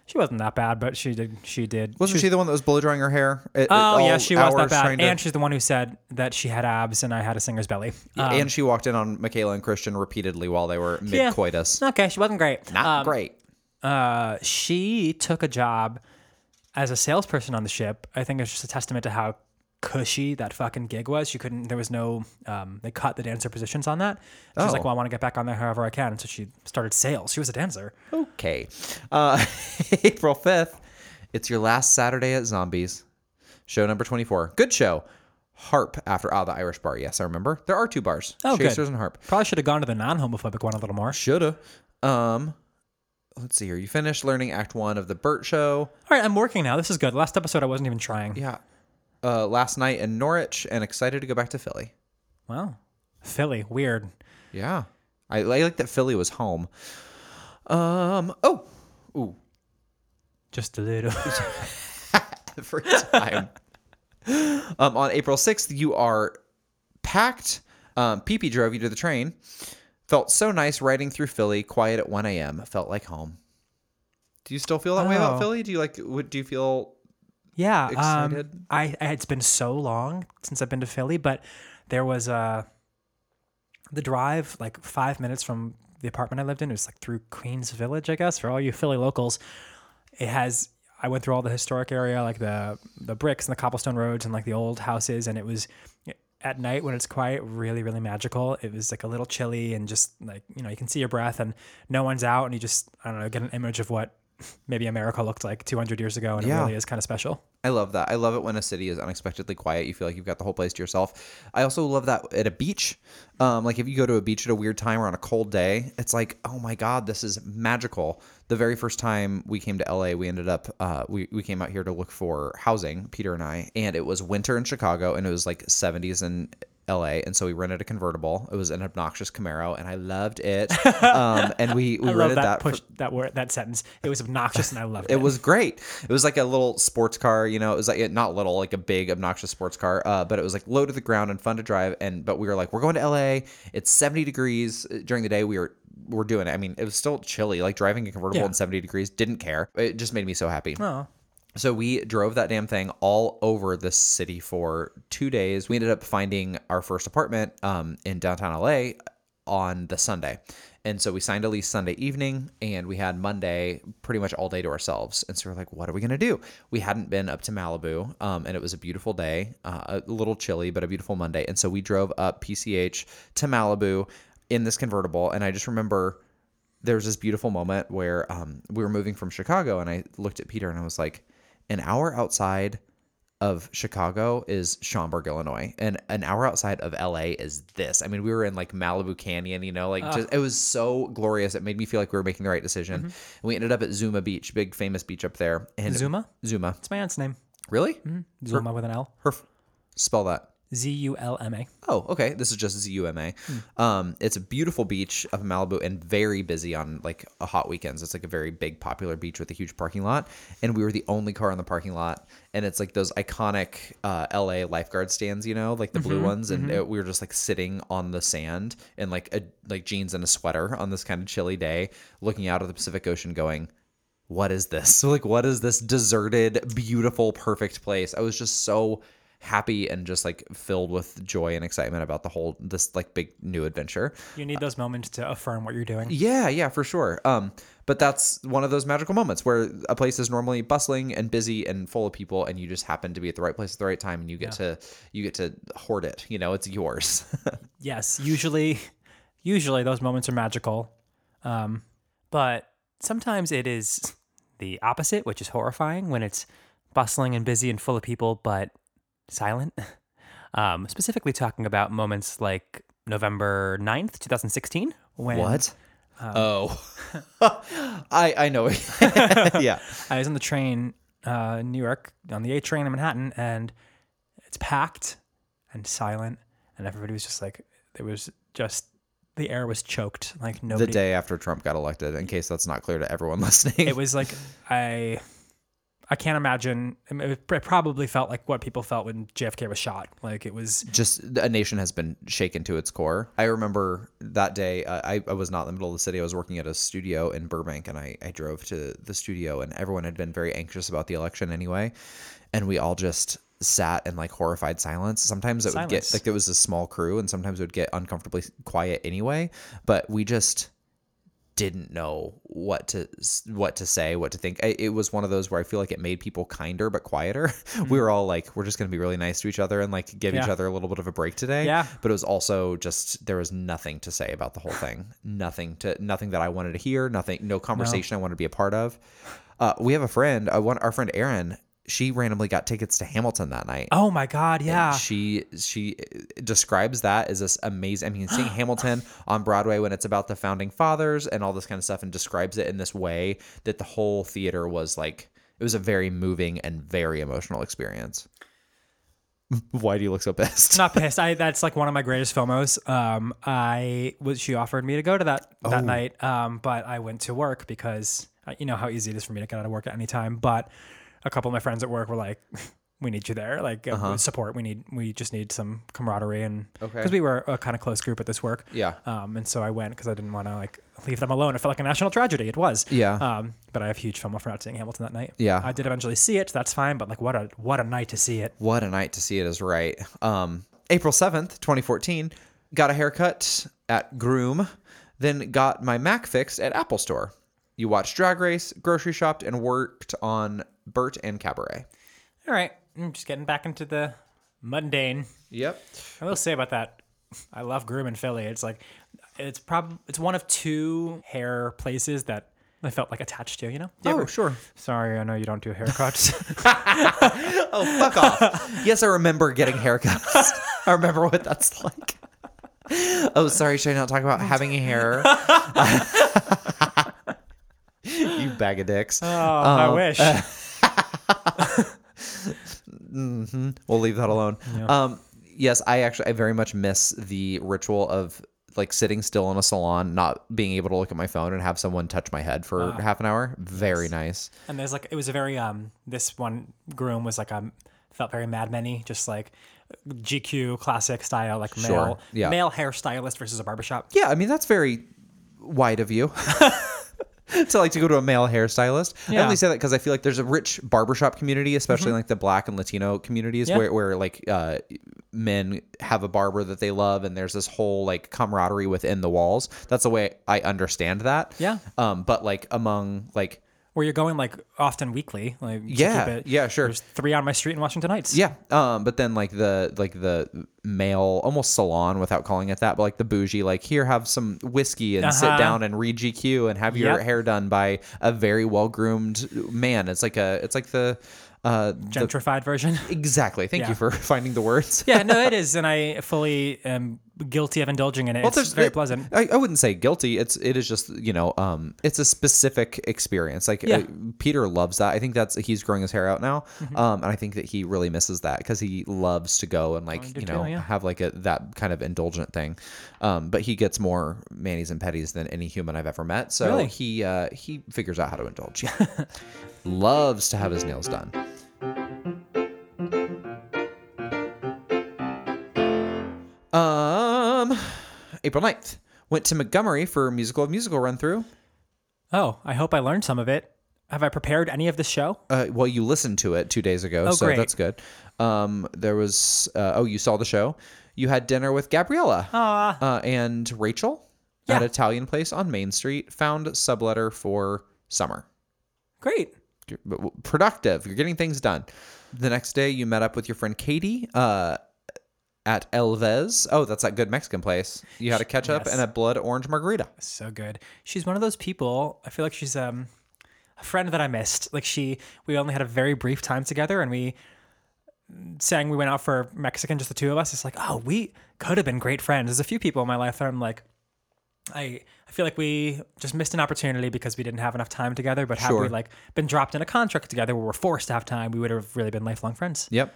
she wasn't that bad, but she did. She did. Wasn't she, the one that was blow drying her hair? at- at Oh yeah, all she was that hours bad. trying to- And she's the one who said that she had abs and I had a singer's belly. Um, and she walked in on Michaela and Christian repeatedly while they were yeah. mid coitus. Okay, she wasn't great. Not Um, great. Uh, she took a job as a salesperson on the ship. I think it's just a testament to how cushy that fucking gig was. She couldn't. There was no. Um, they cut the dancer positions on that. She was like, Oh. "Well, I want to get back on there however I can." And so she started sales. She was a dancer. Okay. Uh, April 5th, it's your last Saturday at Zombies. Show number 24. Good show. Harp after Ah, the Irish Bar. Yes, I remember. There are two bars. Oh, good. Chasers and Harp. Probably should have gone to the non-homophobic one a little more. Shoulda. Um, let's see here. You finished learning Act One of the Burt Show. All right, I'm working now. This is good. Last episode, I wasn't even trying. Yeah. Uh, last night in Norwich, and excited to go back to Philly. Wow, Philly, weird. Yeah, I, I like that Philly was home. Um. Oh. Ooh. Just a little. Every time. um. On April sixth, you are packed. Um. Pee drove you to the train. Felt so nice riding through Philly, quiet at 1 a.m. Felt like home. Do you still feel that way Oh. about Philly? Do you like? Would do you feel Yeah, Um, Excited? I, I it's been so long since I've been to Philly, but there was uh the drive like five minutes from the apartment I lived in. It was like through Queens Village, I guess, for all you Philly locals. It has. I went through all the historic area, like the the bricks and the cobblestone roads and like the old houses, and it was at night when it's quiet really really magical it was like a little chilly and just like you know you can see your breath and no one's out and you just i don't know get an image of what maybe america looked like 200 years ago and it Yeah. really is kind of special I love that. I love it when a city is unexpectedly quiet. You feel like you've got the whole place to yourself. I also love that at a beach. Um, like if you go to a beach at a weird time or on a cold day, it's like, oh my God, this is magical. The very first time we came to LA, we ended up, uh, we, we came out here to look for housing, Peter and I, and it was winter in Chicago and it was like 70s and LA, and so we rented a convertible. It was an obnoxious Camaro, and I loved it. Um, and we we i love rented that, that, for- push that word that sentence it was obnoxious and i loved it it was great. It was like a little sports car, you know. It was like it- not little, like a big obnoxious sports car, uh, but it was like low to the ground and fun to drive. And but we were like, we're going to LA. It's seventy degrees uh, during the day. We were we're doing it. I mean, it was still chilly. Like driving a convertible Yeah. in seventy degrees, didn't care. It just made me so happy. oh So we drove that damn thing all over the city for two days. We ended up finding our first apartment um, in downtown LA on the Sunday. And so we signed a lease Sunday evening and we had Monday pretty much all day to ourselves. And so we're like, what are we going to do? We hadn't been up to Malibu um, and it was a beautiful day, uh, a little chilly, but a beautiful Monday. And so we drove up PCH to Malibu in this convertible. And I just remember there was this beautiful moment where um, we were moving from Chicago, and I looked at Peter and I was like, an hour outside of Chicago is Schaumburg, Illinois, and an hour outside of LA is this. I mean, we were in like Malibu Canyon, you know, like just it was so glorious. It made me feel like we were making the right decision. And we ended up at Zuma Beach, big famous beach up there. And Zuma? Zuma, it's my aunt's name really? zuma with an l Her spell that. z-u-l-m-a Oh, okay. This is just ZUMA. Um, it's a beautiful beach of Malibu and very busy on like a hot weekends. It's like a very big popular beach with a huge parking lot, and we were the only car in the parking lot. And it's like those iconic uh, LA lifeguard stands, you know, like the blue ones. And it- we were just like sitting on the sand in like a like jeans and a sweater on this kind of chilly day, looking out at the Pacific Ocean, going, what is this? So like what is this deserted, beautiful, perfect place? I was just so happy and just like filled with joy and excitement about the whole this like big new adventure. you need those moments to affirm what you're doing Yeah, yeah, for sure. Um but that's one of those magical moments where a place is normally bustling and busy and full of people and you just happen to be at the right place at the right time and you get to you get to hoard it, you know, it's yours. yes usually usually those moments are magical um, but sometimes it is the opposite which is horrifying when it's bustling and busy and full of people but silent um, specifically talking about moments like november 9th 2016 when what? Um, oh. I I know. yeah. i was on the train uh, in new york on the a train in manhattan and it's packed and silent and everybody was just like there was just the air was choked like The nobody day after Trump got elected, in case that's not clear to everyone listening. it was like I I can't imagine. I mean, It probably felt like what people felt when JFK was shot. Like it was just a nation has been shaken to its core. I remember that day. Uh, I, I was not in the middle of the city. I was working at a studio in Burbank, and I, I drove to the studio, and everyone had been very anxious about the election anyway, and we all just sat in like horrified silence. Sometimes it would get Silence. like it was a small crew, and sometimes it would get uncomfortably quiet anyway. But we just didn't know what to what to say, what to think. I, it was one of those where I feel like it made people kinder but quieter. We were all like, we're just going to be really nice to each other and like give each Mm. Yeah. other a little bit of a break today. Yeah. But it was also just there was nothing to say about the whole thing. nothing to nothing that I wanted to hear. Nothing. No conversation I wanted to be a part of. Uh, we have a friend. I want our friend Erin. She randomly got tickets to Hamilton that night. oh my god, yeah. She she uh, describes that as this amazing. I mean, seeing Hamilton on Broadway when it's about the founding fathers and all this kind of stuff, and describes it in this way that the whole theater was like. It was a very moving and very emotional experience. Why do you look so pissed? Not pissed. I that's like one of my greatest FOMOs. Um, I was she offered me to go to that Oh. that night. Um, but I went to work because uh, you know how easy it is for me to get out of work at any time. But a couple of my friends at work were like, "We need you there, like uh, support. We need we just need some camaraderie and Uh-huh. Okay. because we were a kind of close group at this work. Yeah. Um, and so I went because I didn't want to like leave them alone. It felt like a national tragedy. It was. Yeah. Um, but I have huge FOMO for not seeing Hamilton that night. Yeah. I did eventually see it. That's fine. But like, what a what a night to see it. What a night to see it is right. Um, April 7th, 2014, got a haircut at Groom, then got my Mac fixed at Apple Store. You watched Drag Race, grocery shopped, and worked on Bert and Cabaret. All right, I'm just getting back into the mundane. Yep. I will say about that, I love Groom in Philly. It's like, it's probably it's one of two hair places that I felt like attached to. You know? Oh, sure. Sorry, I know you don't do haircuts. Oh, fuck off. Yes, I remember getting haircuts. I remember what that's like. Oh, sorry, should I not talk about having hair? you bag of dicks. oh, I wish. We'll leave that alone. Um, yes, I actually I very much miss the ritual of like sitting still in a salon, not being able to look at my phone and have someone touch my head for half an hour. Very nice. And there's like it was a very um this one groom was like um felt very Mad Men-y, just like GQ classic style, like male yeah. male hairstylist versus a barbershop. Yeah, I mean that's very wide of you. to like to go to a male hairstylist. I Yeah. Mm-hmm. only say that because I feel like there's a rich barbershop community, especially in like the black and Latino communities Yeah. where, where like uh, men have a barber that they love and there's this whole like camaraderie within the walls. That's the way I understand that. Yeah. Um, but like among like Where you're going like often weekly, like to Yeah, keep it- yeah, sure. There's three on my street in Washington Heights. Yeah. Um, but then like the like the male almost salon without calling it that, but like the bougie, like here have some whiskey and sit Uh-huh. down and read GQ and have your Yep. hair done by a very well groomed man. It's like a it's like the uh the- gentrified version. exactly. Thank you Yeah. for finding the words. yeah, no, it is, and I fully am guilty of indulging in it. it's there's- very it- pleasant. I, I wouldn't say guilty. It's it is just you know um it's a specific experience. Like Yeah. Mm-hmm. uh, Peter loves that. I think that's he's growing his hair out now. Um, and I think that he really misses that because he loves to go Oh, and like you know yeah. have like a that kind of indulgent thing. Um, but he gets more manis and petties than any human I've ever met. So Really? he uh, he figures out how to indulge. Yeah. loves to have his nails done. Um, April 9th. Went to Montgomery for musical of musical run through. Oh, I hope I learned some of it. Have I prepared any of this show? Uh, well, you listened to it two days ago, Oh, so great. that's good. Um, there was uh, oh, you saw the show. You had dinner with Gabriella uh, and Rachel at Yeah. Italian place on Main Street. Found subletter for summer. Great. You're- but- w- productive. You're getting things done. The next day, you met up with your friend Katie uh, at Elvez. Oh, that's that good Mexican place. You had a ketchup Yes. and a blood orange margarita. so good. She's one of those people. I feel like she's um a friend that I missed. Like she, we only had a very brief time together, and we saying we went out for Mexican, just the two of us. It's like, oh, we could have been great friends. There's a few people in my life that I'm like, I I feel like we just missed an opportunity because we didn't have enough time together. But had Sure. we like been dropped in a contract together where we're forced to have time, we would have really been lifelong friends. Yep.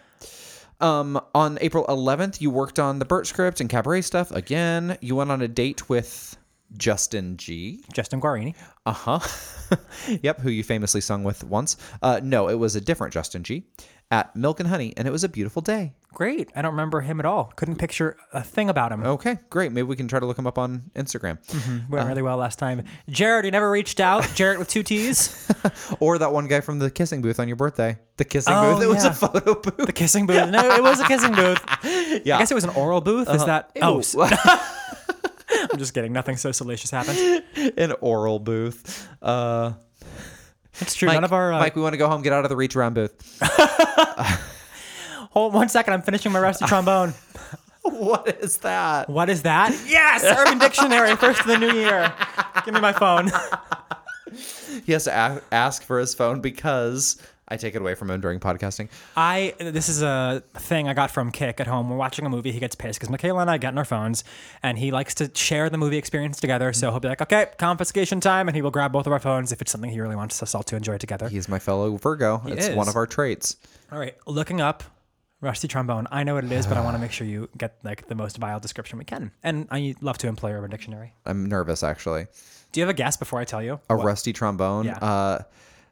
Um, on April 11th, you worked on the Burt script and cabaret stuff again. You went on a date with Justin G. Justin Guarini. Uh huh. yep, who you famously sung with once. Uh, no, it was a different Justin G. At Milk and Honey, and it was a beautiful day. Great. I don't remember him at all. Couldn't picture a thing about him. Okay, great. Maybe we can try to look him up on Instagram. Went really well last time. Jared, he never reached out. Jared with two T's. Or that one guy from the kissing booth on your birthday. The kissing Oh, booth. It was a yeah. photo booth. The kissing booth. No, it was a kissing booth. Yeah. I guess it was an oral booth. Is that? Oh, s- I'm just kidding. Nothing so salacious happened. An oral booth. Uh, It's true. Mike, None of our. Uh, Mike, we want to go home. Get out of the reach around booth. hold one second. I'm finishing my rusty trombone. what is that? What is that? Yes, Urban Dictionary. First of the new year. Give me my phone. He has to a- ask for his phone because I take it away from him during podcasting. I this is a thing I got from Kick at home. We're watching a movie. He gets pissed because Michaela and I got in our phones, and he likes to share the movie experience together. Mm-hmm. So he'll be like, "Okay, confiscation time," and he will grab both of our phones if it's something he really wants us all to enjoy together. He's my fellow Virgo. it's is. one of our traits. All right, looking up rusty trombone. I know what it is, but I want to make sure you get like the most vile description we can. And I love to employ Urban Dictionary. I'm nervous actually. Do you have a guess before I tell you? A rusty trombone. Yeah. Uh,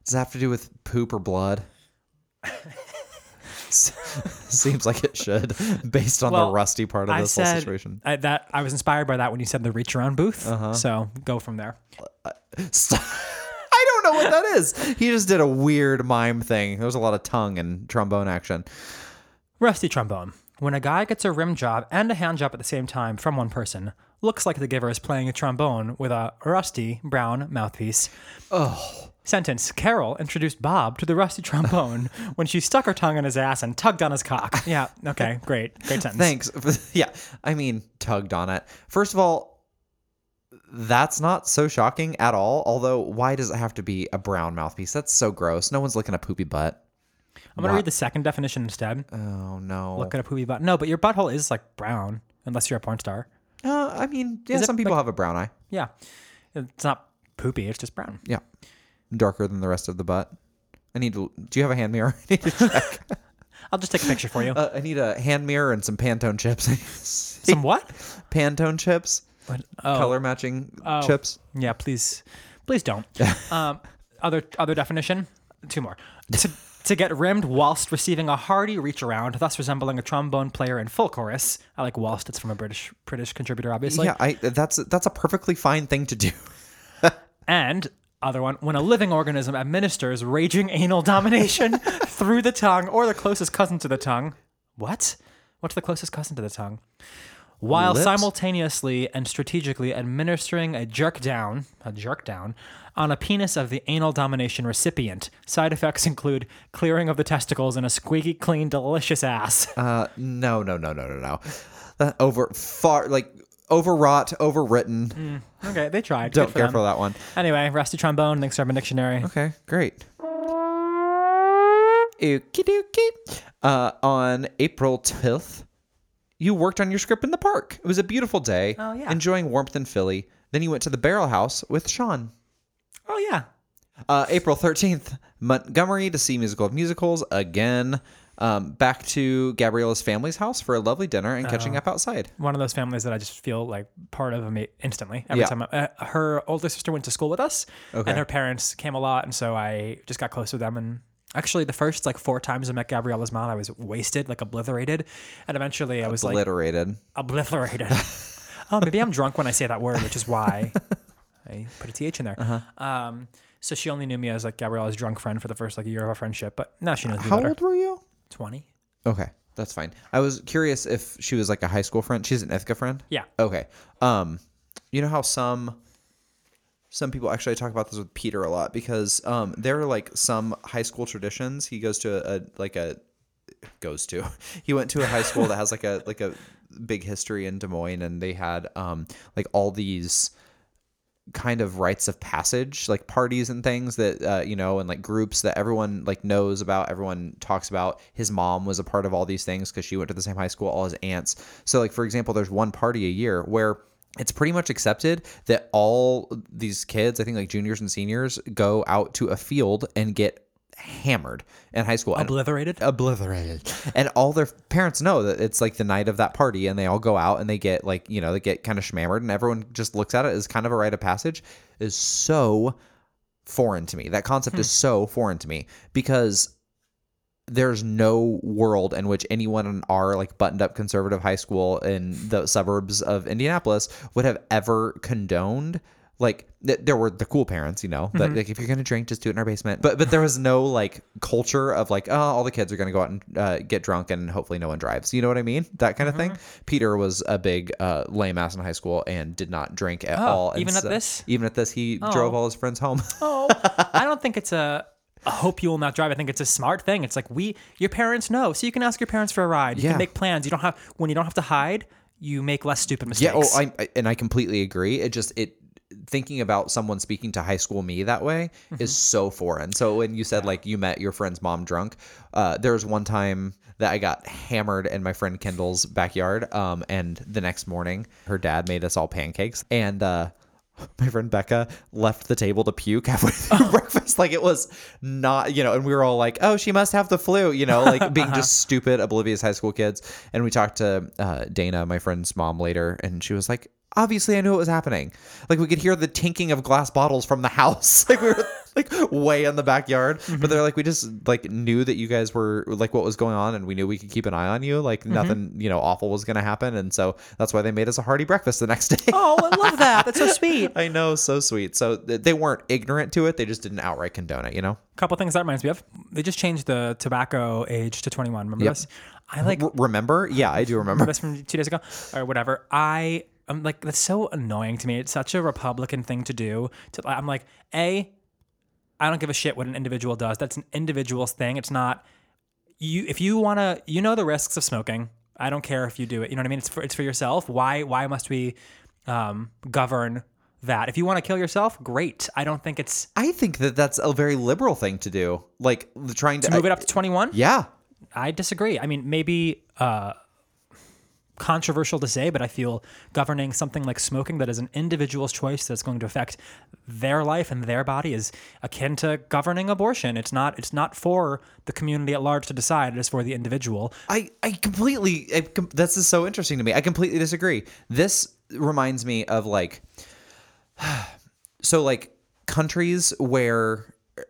does that have to do with poop or blood? S- Seems like it should, based on the Well, rusty part of I this whole said situation. Uh-huh. I, that I was inspired by that when you said the reach around booth. So go from there. Stop. I don't know what that is. He just did a weird mime thing. There was a lot of tongue and trombone action. Rusty trombone. When a guy gets a rim job and a hand job at the same time from one person, Oh. looks like the giver is playing a trombone with a rusty brown mouthpiece. Sentence Carol introduced Bob to the rusty trombone when she stuck her tongue in his ass and tugged on his cock. Yeah, okay, great. Great sentence. Thanks. yeah, I mean, tugged on it. First of all, that's not so shocking at all. Although, why does it have to be a brown mouthpiece? That's so gross. No one's looking at poopy butt. I'm going Wha- to read the second definition instead. Oh no. Look at a poopy butt. No, but your butthole is like brown, unless you're a porn star. Uh, I mean, yeah, it some people have a brown eye. Yeah. It's not poopy, it's just brown. Yeah, darker than the rest of the butt. I need to. Do you have a hand mirror? I need, to- I'll just take a picture for you. uh, I need a hand mirror and some Pantone chips. Some what? Pantone chips, color matching chips. Yeah, please, please don't. um, other other definition, two more. To, to get rimmed whilst receiving a hearty reach around, thus resembling a trombone player in full chorus. I like whilst; it's from a British British contributor, obviously. yeah, I that's that's a perfectly fine thing to do. And other one, when a living organism administers raging anal domination through the tongue or the closest cousin to the tongue. What? What's the closest cousin to the tongue? While Lips? simultaneously and strategically administering a jerk down, a jerk down, on a penis of the anal domination recipient. Side effects include clearing of the testicles and a squeaky, clean, delicious ass. Uh, no, no, no, no, no, no. That over far like overwrought, overwritten. okay, they tried. Don't care them. for that one. Anyway, Rusty Trombone, thanks to Urban Dictionary. Okay, great. Okie dokie. Uh, on April 10th, you worked on your script in the park. It was a beautiful day. Oh, yeah. Enjoying warmth in Philly. Then you went to the barrel house with Sean. Oh, yeah. Uh, April 13th, Montgomery to see Musical of Musicals again. Um, back to Gabriella's family's house for a lovely dinner and catching up outside. one of those families that I just feel like part of me instantly. Every Yeah. time I, uh, her older sister went to school with us, and her parents came a lot, and so I just got close with them. And actually, the first like four times I met Gabriella's mom, I was wasted, like obliterated, and eventually I was like Obliterated. obliterated. oh, maybe I'm drunk when I say that word, which is why I put a th in there. Uh-huh. Um, so she only knew me as like Gabriella's drunk friend for the first like year of our friendship, but now she knows me How better. old were you? Twenty. Okay, that's fine. I was curious if she was like a high school friend. She's an Ithaca friend. Yeah. Okay. Um, you know how some some people actually I talk about this with Peter a lot because um there are like some high school traditions. He goes to a, like a goes to. He went to a high school that has like a like a big history in Des Moines and they had um like all these kind of rites of passage like parties and things that uh, you know and like groups that everyone like knows about everyone talks about his mom was a part of all these things because she went to the same high school all his aunts so like for example there's one party a year where it's pretty much accepted that all these kids i think like juniors and seniors go out to a field and get hammered in high school And Obliterated. obliterated. and all their parents know that it's like the night of that party, and they all go out and they get like you know they get kind of shmammered, and everyone just looks at it as kind of a rite of passage. Is so foreign to me. That concept Hmm. is so foreign to me because there's no world in which anyone in our like buttoned up conservative high school in the suburbs of Indianapolis would have ever condoned like th- there were the cool parents, you know, that Mm-hmm. like if you're gonna drink, just do it in our basement. But but there was no like culture of like oh all the kids are gonna go out and uh, get drunk and hopefully no one drives. You know what I mean? That kind of Mm-hmm. thing. Peter was a big uh, lame ass in high school and did not drink at all. and Oh, even at this? Even at this, he drove all his friends home. Oh, I don't think it's a. I hope you will not drive. I think it's a smart thing. It's like we, your parents know, so you can ask your parents for a ride. You Yeah. can make plans. You don't have when you don't have to hide. You make less stupid Yeah, mistakes. oh, I, I- and I completely agree. It just it thinking about someone speaking to high school me that way is so foreign. So when you said like you met your friend's mom drunk, uh, there was one time that I got hammered in my friend Kendall's backyard, um, and the next morning her dad made us all pancakes, and uh, my friend Becca left the table to puke halfway through breakfast. Like it was not, you know, and we were all like, oh, she must have the flu, you know, like being just stupid, oblivious high school kids. And we talked to uh, Dana, my friend's mom, later, and she was like, obviously I knew what was happening. Like we could hear the tinking of glass bottles from the house. Like we were like way in the backyard. But they're like, we just like knew that you guys were like what was going on and we knew we could keep an eye on you. Like nothing, you know, awful was going to happen. And so that's why they made us a hearty breakfast the next day. oh, I love that. That's so sweet. A I know, so sweet. So th- they weren't ignorant to it; they just didn't outright condone it. You know, couple things that reminds me of. They just changed the tobacco age to twenty one. Remember this? I like R- remember? Yeah, I do remember. this from two days ago or whatever. I I'm like that's so annoying to me. It's such a Republican thing to do. To I'm like a. I don't give a shit what an individual does. That's an individual's thing. It's not you. If you want to, you know the risks of smoking. I don't care if you do it. You know what I mean? It's for it's for yourself. Why why must we um, govern that? If you want to kill yourself, great. I don't think it's I think that that's a very liberal thing to do. Like the- trying to, move it up to twenty one. Yeah. I disagree. I mean, maybe uh, controversial to say, but I feel governing something like smoking that is an individual's choice that's going to affect their life and their body is akin to governing abortion. It's not. It's not for the community at large to decide. It is for the individual. I, I completely, I, com- this is so interesting to me. I completely disagree. This reminds me of like, so like countries where uh,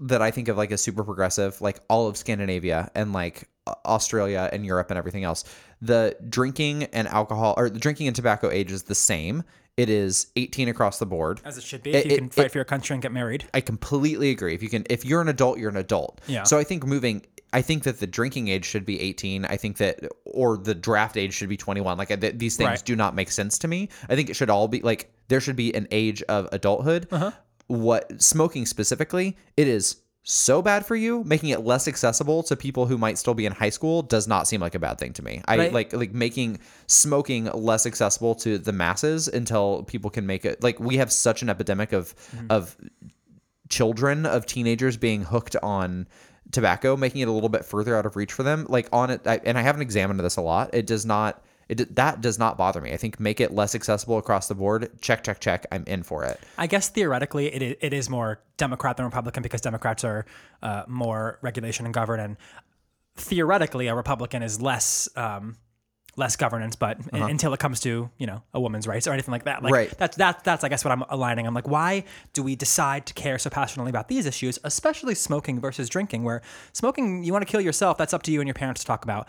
that I think of like as super progressive, like all of Scandinavia and like A- Australia and Europe and everything else, the drinking and alcohol or the drinking and tobacco age is the same. It is 18 across the board. As it should be. It- if you it- can fight it- for your country and get married. I completely agree. If you can, if you're an adult, you're an adult. Yeah. So I think moving, I think that the drinking age should be 18. I think that, or the draft age should be 21. Like th- these things Right. do not make sense to me. I think it should all be like there should be an age of adulthood. Uh-huh. What smoking specifically, it is so bad for you. Making it less accessible to people who might still be in high school does not seem like a bad thing to me. I Right. like like making smoking less accessible to the masses until people can make it. Like we have such an epidemic of of children of teenagers being hooked on tobacco, making it a little bit further out of reach for them. Like on it, I, and I haven't examined this a lot. It does not. It that does not bother me. I think make it less accessible across the board. Check, check, check. I'm in for it. I guess theoretically, it is, it is more Democrat than Republican because Democrats are uh, more regulation and govern, and theoretically, a Republican is less um, less governance. But i- until it comes to you know a woman's rights or anything like that, like Right. that's that's that's I guess what I'm aligning. I'm like, why do we decide to care so passionately about these issues, especially smoking versus drinking? Where smoking, you want to kill yourself, that's up to you and your parents to talk about.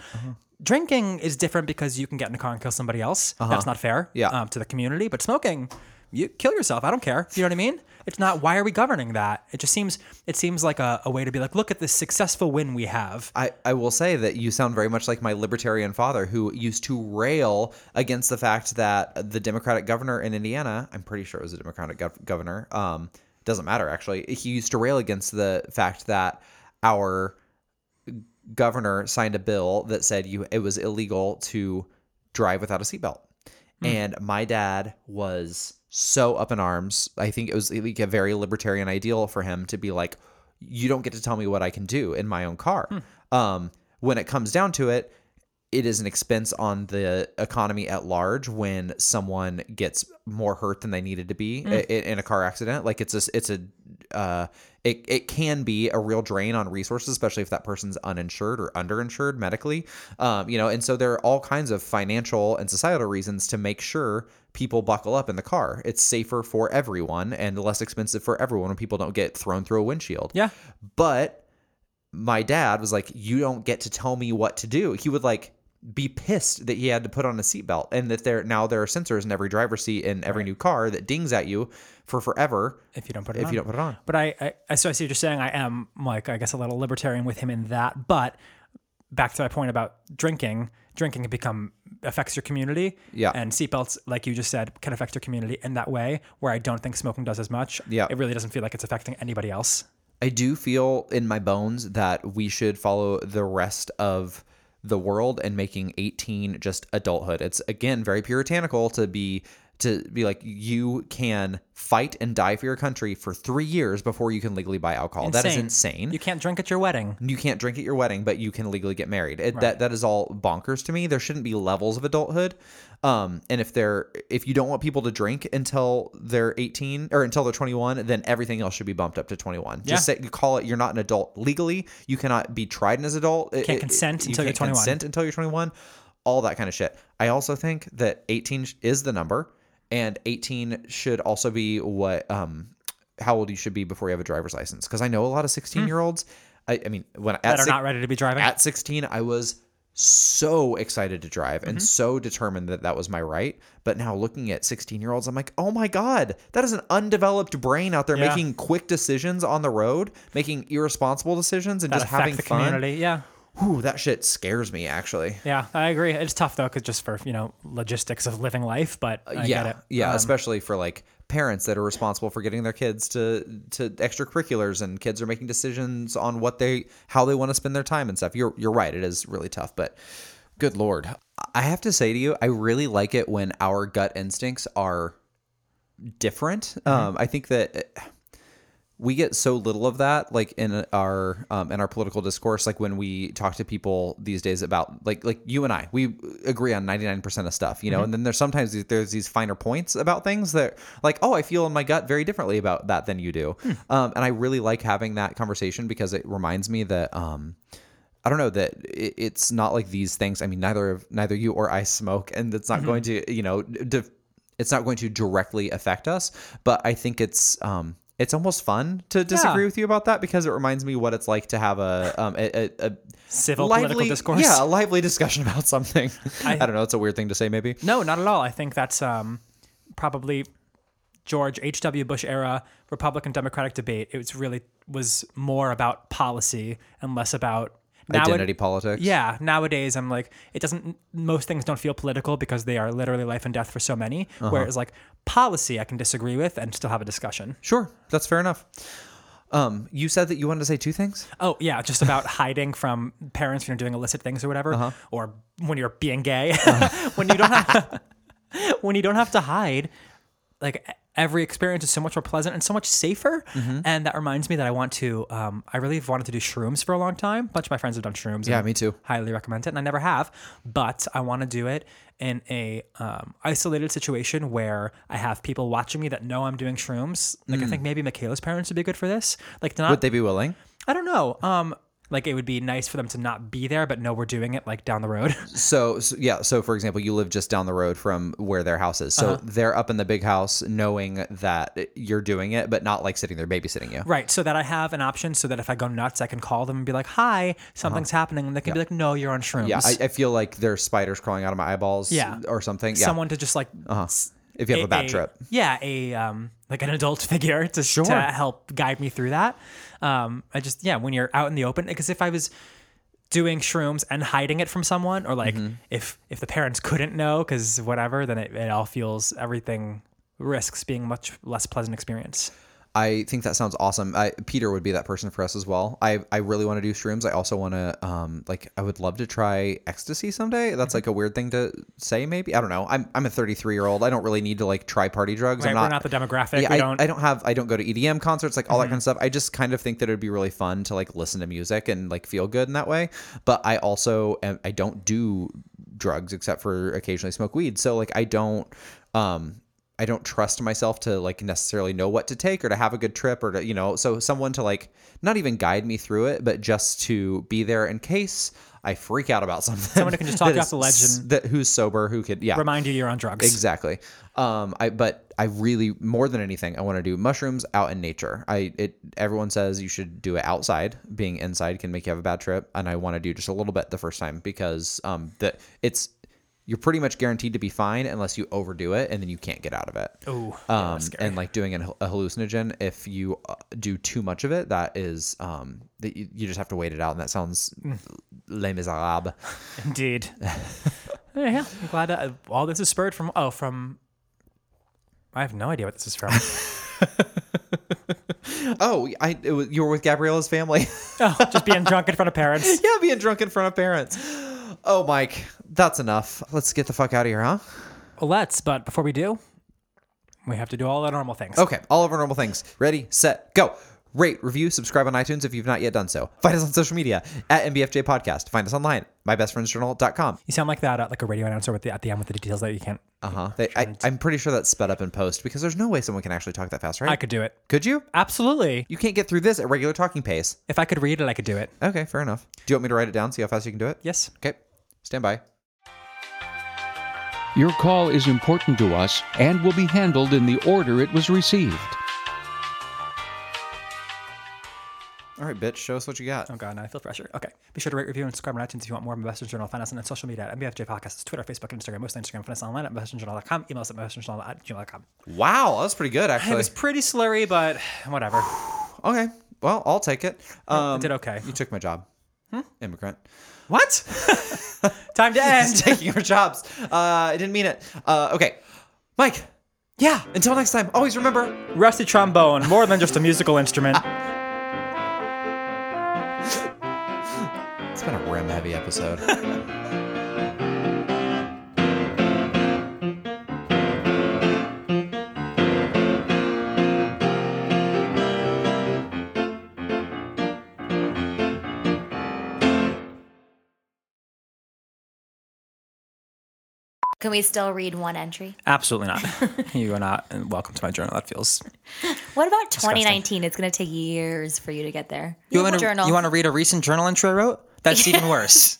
Drinking is different because you can get in a car and kill somebody else. That's not fair Yeah. um, to the community. But smoking, you kill yourself. I don't care. You know what I mean? It's not. Why are we governing that? It just seems. It seems like a, a way to be like, look at this successful win we have. I, I will say that you sound very much like my libertarian father who used to rail against the fact that the Democratic governor in Indiana, I'm pretty sure it was a Democratic gov- governor, um, doesn't matter actually. He used to rail against the fact that our governor signed a bill that said you it was illegal to drive without a seatbelt. And my dad was so up in arms. I think it was like a very libertarian ideal for him to be like, you don't get to tell me what I can do in my own car. Um, when it comes down to it, it is an expense on the economy at large when someone gets more hurt than they needed to be i in, a car accident. Like it's a, it's a, uh, it, it can be a real drain on resources, especially if that person's uninsured or underinsured medically. Um, you know, and so there are all kinds of financial and societal reasons to make sure people buckle up in the car. It's safer for everyone and less expensive for everyone when people don't get thrown through a windshield. Yeah. But my dad was like, You don't get to tell me what to do. He would like be pissed that he had to put on a seatbelt and that there now there are sensors in every driver's seat in every new car that dings at you for forever If you don't put it. if on. you don't put it on. But I, I- I, so I see what you're saying. I am like, I guess, a little libertarian with him in that. But back to my point about drinking, drinking can become affects your community. Yeah. And seatbelts, like you just said, can affect your community in that way. Where I don't think smoking does as much. Yeah. It really doesn't feel like it's affecting anybody else. I do feel in my bones that we should follow the rest of the world and making 18 just adulthood. It's again very puritanical to be to be like you can fight and die for your country for 3 years before you can legally buy alcohol. That is insane. You can't drink at your wedding. You can't drink at your wedding, but you can legally get married. It, That that is all bonkers to me. There shouldn't be levels of adulthood. Um, and if they're if you don't want people to drink until they're 18 or until they're 21, then everything else should be bumped up to 21. Just say, you call it you're not an adult legally. You cannot be tried as an adult. It- Can't it- consent you until you're can't 21. Consent until you're 21. All that kind of shit. I also think that 18 sh- is the number, and 18 should also be what um how old you should be before you have a driver's license. Because I know a lot of 16 year olds. I, I mean, when at Hmm. that are six- not ready to be driving. at 16 i was so excited to drive Mm-hmm. and so determined that that was my right but now looking at 16 year olds i'm like oh my god that is an undeveloped brain out there Yeah. making quick decisions on the road making irresponsible decisions and that just affect having the fun community. Yeah. Ooh, that shit scares me actually. Yeah, I agree. It's tough though, cause just for you know logistics of living life. But I Uh, yeah, get it. Um, yeah, especially for like parents that are responsible for getting their kids to to extracurriculars and kids are making decisions on what they how they want to spend their time and stuff. You're you're right, it is really tough, but good lord. I have to say to you, I really like it when our gut instincts are different. Mm-hmm. Um I think that we get so little of that like in our um, in our political discourse like when we talk to people these days about like like you and i we agree on 99% of stuff you know and then there's sometimes these- there's these finer points about things that like oh i feel in my gut very differently about that than you do um, and i really like having that conversation because it reminds me that um, I don't know that i- it's not like these things. I mean, neither of neither you or I smoke, and it's not going Mm-hmm. to you know, de- it's not going to directly affect us. But I think it's um, it's almost fun to disagree with you about that because it reminds me what it's like to have a um, a, a, a Civil political discourse. Yeah, a lively discussion about something. I, don't know. It's a weird thing to say, maybe. No, not at all. I think that's um, probably George H. W. Bush era Republican Democratic debate. It was really was more about policy and less about nowad- Identity politics. Yeah, nowadays I'm like it doesn't. Most things don't feel political because they are literally life and death for so many. Uh-huh. Whereas like policy, I can disagree with and still have a discussion. sure, that's fair enough. Um, you said that you wanted to say two things. Oh yeah, just about hiding from parents when you're doing illicit things or whatever, Uh-huh. or when you're being gay. when you don't have when you don't have to hide, like every experience is so much more pleasant and so much safer. Mm-hmm. And that reminds me that I want to. Um, I really have wanted to do shrooms for a long time. A bunch of my friends have done shrooms. Yeah, and me too. Highly recommend it, and I never have, but I want to do it in a um, isolated situation where I have people watching me that know I'm doing shrooms. Like I Mm. think maybe Michaela's parents would be good for this. Like to not Would they be willing? I don't know. Um, like it would be nice for them to not be there, but no, we're doing it like down the road. So, so yeah, so for example, you live just down the road from where their house is. Uh-huh. So they're up in the big house knowing that you're doing it, but not like sitting there babysitting you. right. So that I have an option so that if I go nuts, I can call them and be like, hi, something's happening. And they can be like, no, you're on shrooms. Uh-huh. Yeah, I, I feel like there's spiders crawling out of my eyeballs Yeah. or something. Yeah. Uh-huh. Someone to just like, s- if you have a bad trip. Yeah. A, um, like an adult figure to, to help guide me through that. Um, I just, yeah, when you're out in the open, because if I was doing shrooms and hiding it from someone or like Mm-hmm. if, if the parents couldn't know, cause whatever, then it, it all feels everything risks being much less pleasant experience. I think that sounds awesome. I, Peter would be that person for us as well. I, I really want to do shrooms. I also want to um like I would love to try ecstasy someday. Mm-hmm. That's like a weird thing to say maybe. I don't know. I'm I'm a 33 year old. I don't really need to like try party drugs. Right, I'm we're not the demographic. Yeah, we I, don't. Mm-hmm. I don't have I don't go to EDM concerts like all that kind of stuff. I just kind of think that it'd be really fun to like listen to music and like feel good in that way. But I also am, I don't do drugs except for occasionally smoke weed. So like I don't um I don't trust myself to like necessarily know what to take or to have a good trip or to you know so someone to like not even guide me through it but just to be there in case I freak out about something. Someone who can just talk that you is off the ledge s- and- that who's sober who could yeah remind you you're on drugs. Exactly. Um, I but I really more than anything I want to do mushrooms out in nature. I it everyone says you should do it outside. Being inside can make you have a bad trip, and I want to do just a little bit the first time because um that it's you're pretty much guaranteed to be fine unless you overdo it and then you can't get out of it. Oh, um, and like doing an, a hallucinogen, if you uh, do too much of it, that is um that you, you just have to wait it out, and that sounds les miserables. Indeed. yeah, I'm glad uh, all this is spurred from. Oh, from. I have no idea what this is from. Oh, I it was, you were with Gabriella's family. oh, just being drunk in front of parents. yeah, being drunk in front of parents. Oh, Mike, that's enough. Let's get the fuck out of here, huh? Well, let's. But before we do, we have to do all the normal things. Okay, all of our normal things. Ready, set, go. Rate, review, subscribe on iTunes if you've not yet done so. Find us on social media at MBFJ Podcast. Find us online, mybestfriendsjournal.com. You sound like that, uh, like a radio announcer with the at the end with the details that you can't. Uh huh. I, I'm pretty sure that's sped up in post because there's no way someone can actually talk that fast, right? I could do it. Could you? Absolutely. You can't get through this at regular talking pace. If I could read it, I could do it. Okay, fair enough. Do you want me to write it down, see how fast you can do it? Yes. Okay, stand by. Your call is important to us and will be handled in the order it was received. All right, bitch, show us what you got. Oh god, now I feel pressure. Okay. Be sure to rate, review, and subscribe on iTunes if you want more of Investors Journal. Find us on social media at MBFJ Podcasts, Twitter, Facebook, and Instagram, mostly Instagram. Find us online at investorsjournal.com. Email us at investorsjournal at gmail.com. Wow, that was pretty good, actually. It was pretty slurry, but whatever. Okay. Well, I'll take it. Um, did okay. You took my job. Immigrant. What? Time to end. Taking our jobs. Uh, I didn't mean it. Uh, okay. Mike, yeah. until next time, always remember Rusty trombone, more than just a musical instrument. it's been a rim heavy episode. Can we still read one entry? Absolutely not. you are not welcome to my journal. That feels. What about 2019? It's going to take years for you to get there. You Journal. want to read a recent journal entry I wrote? That's even worse.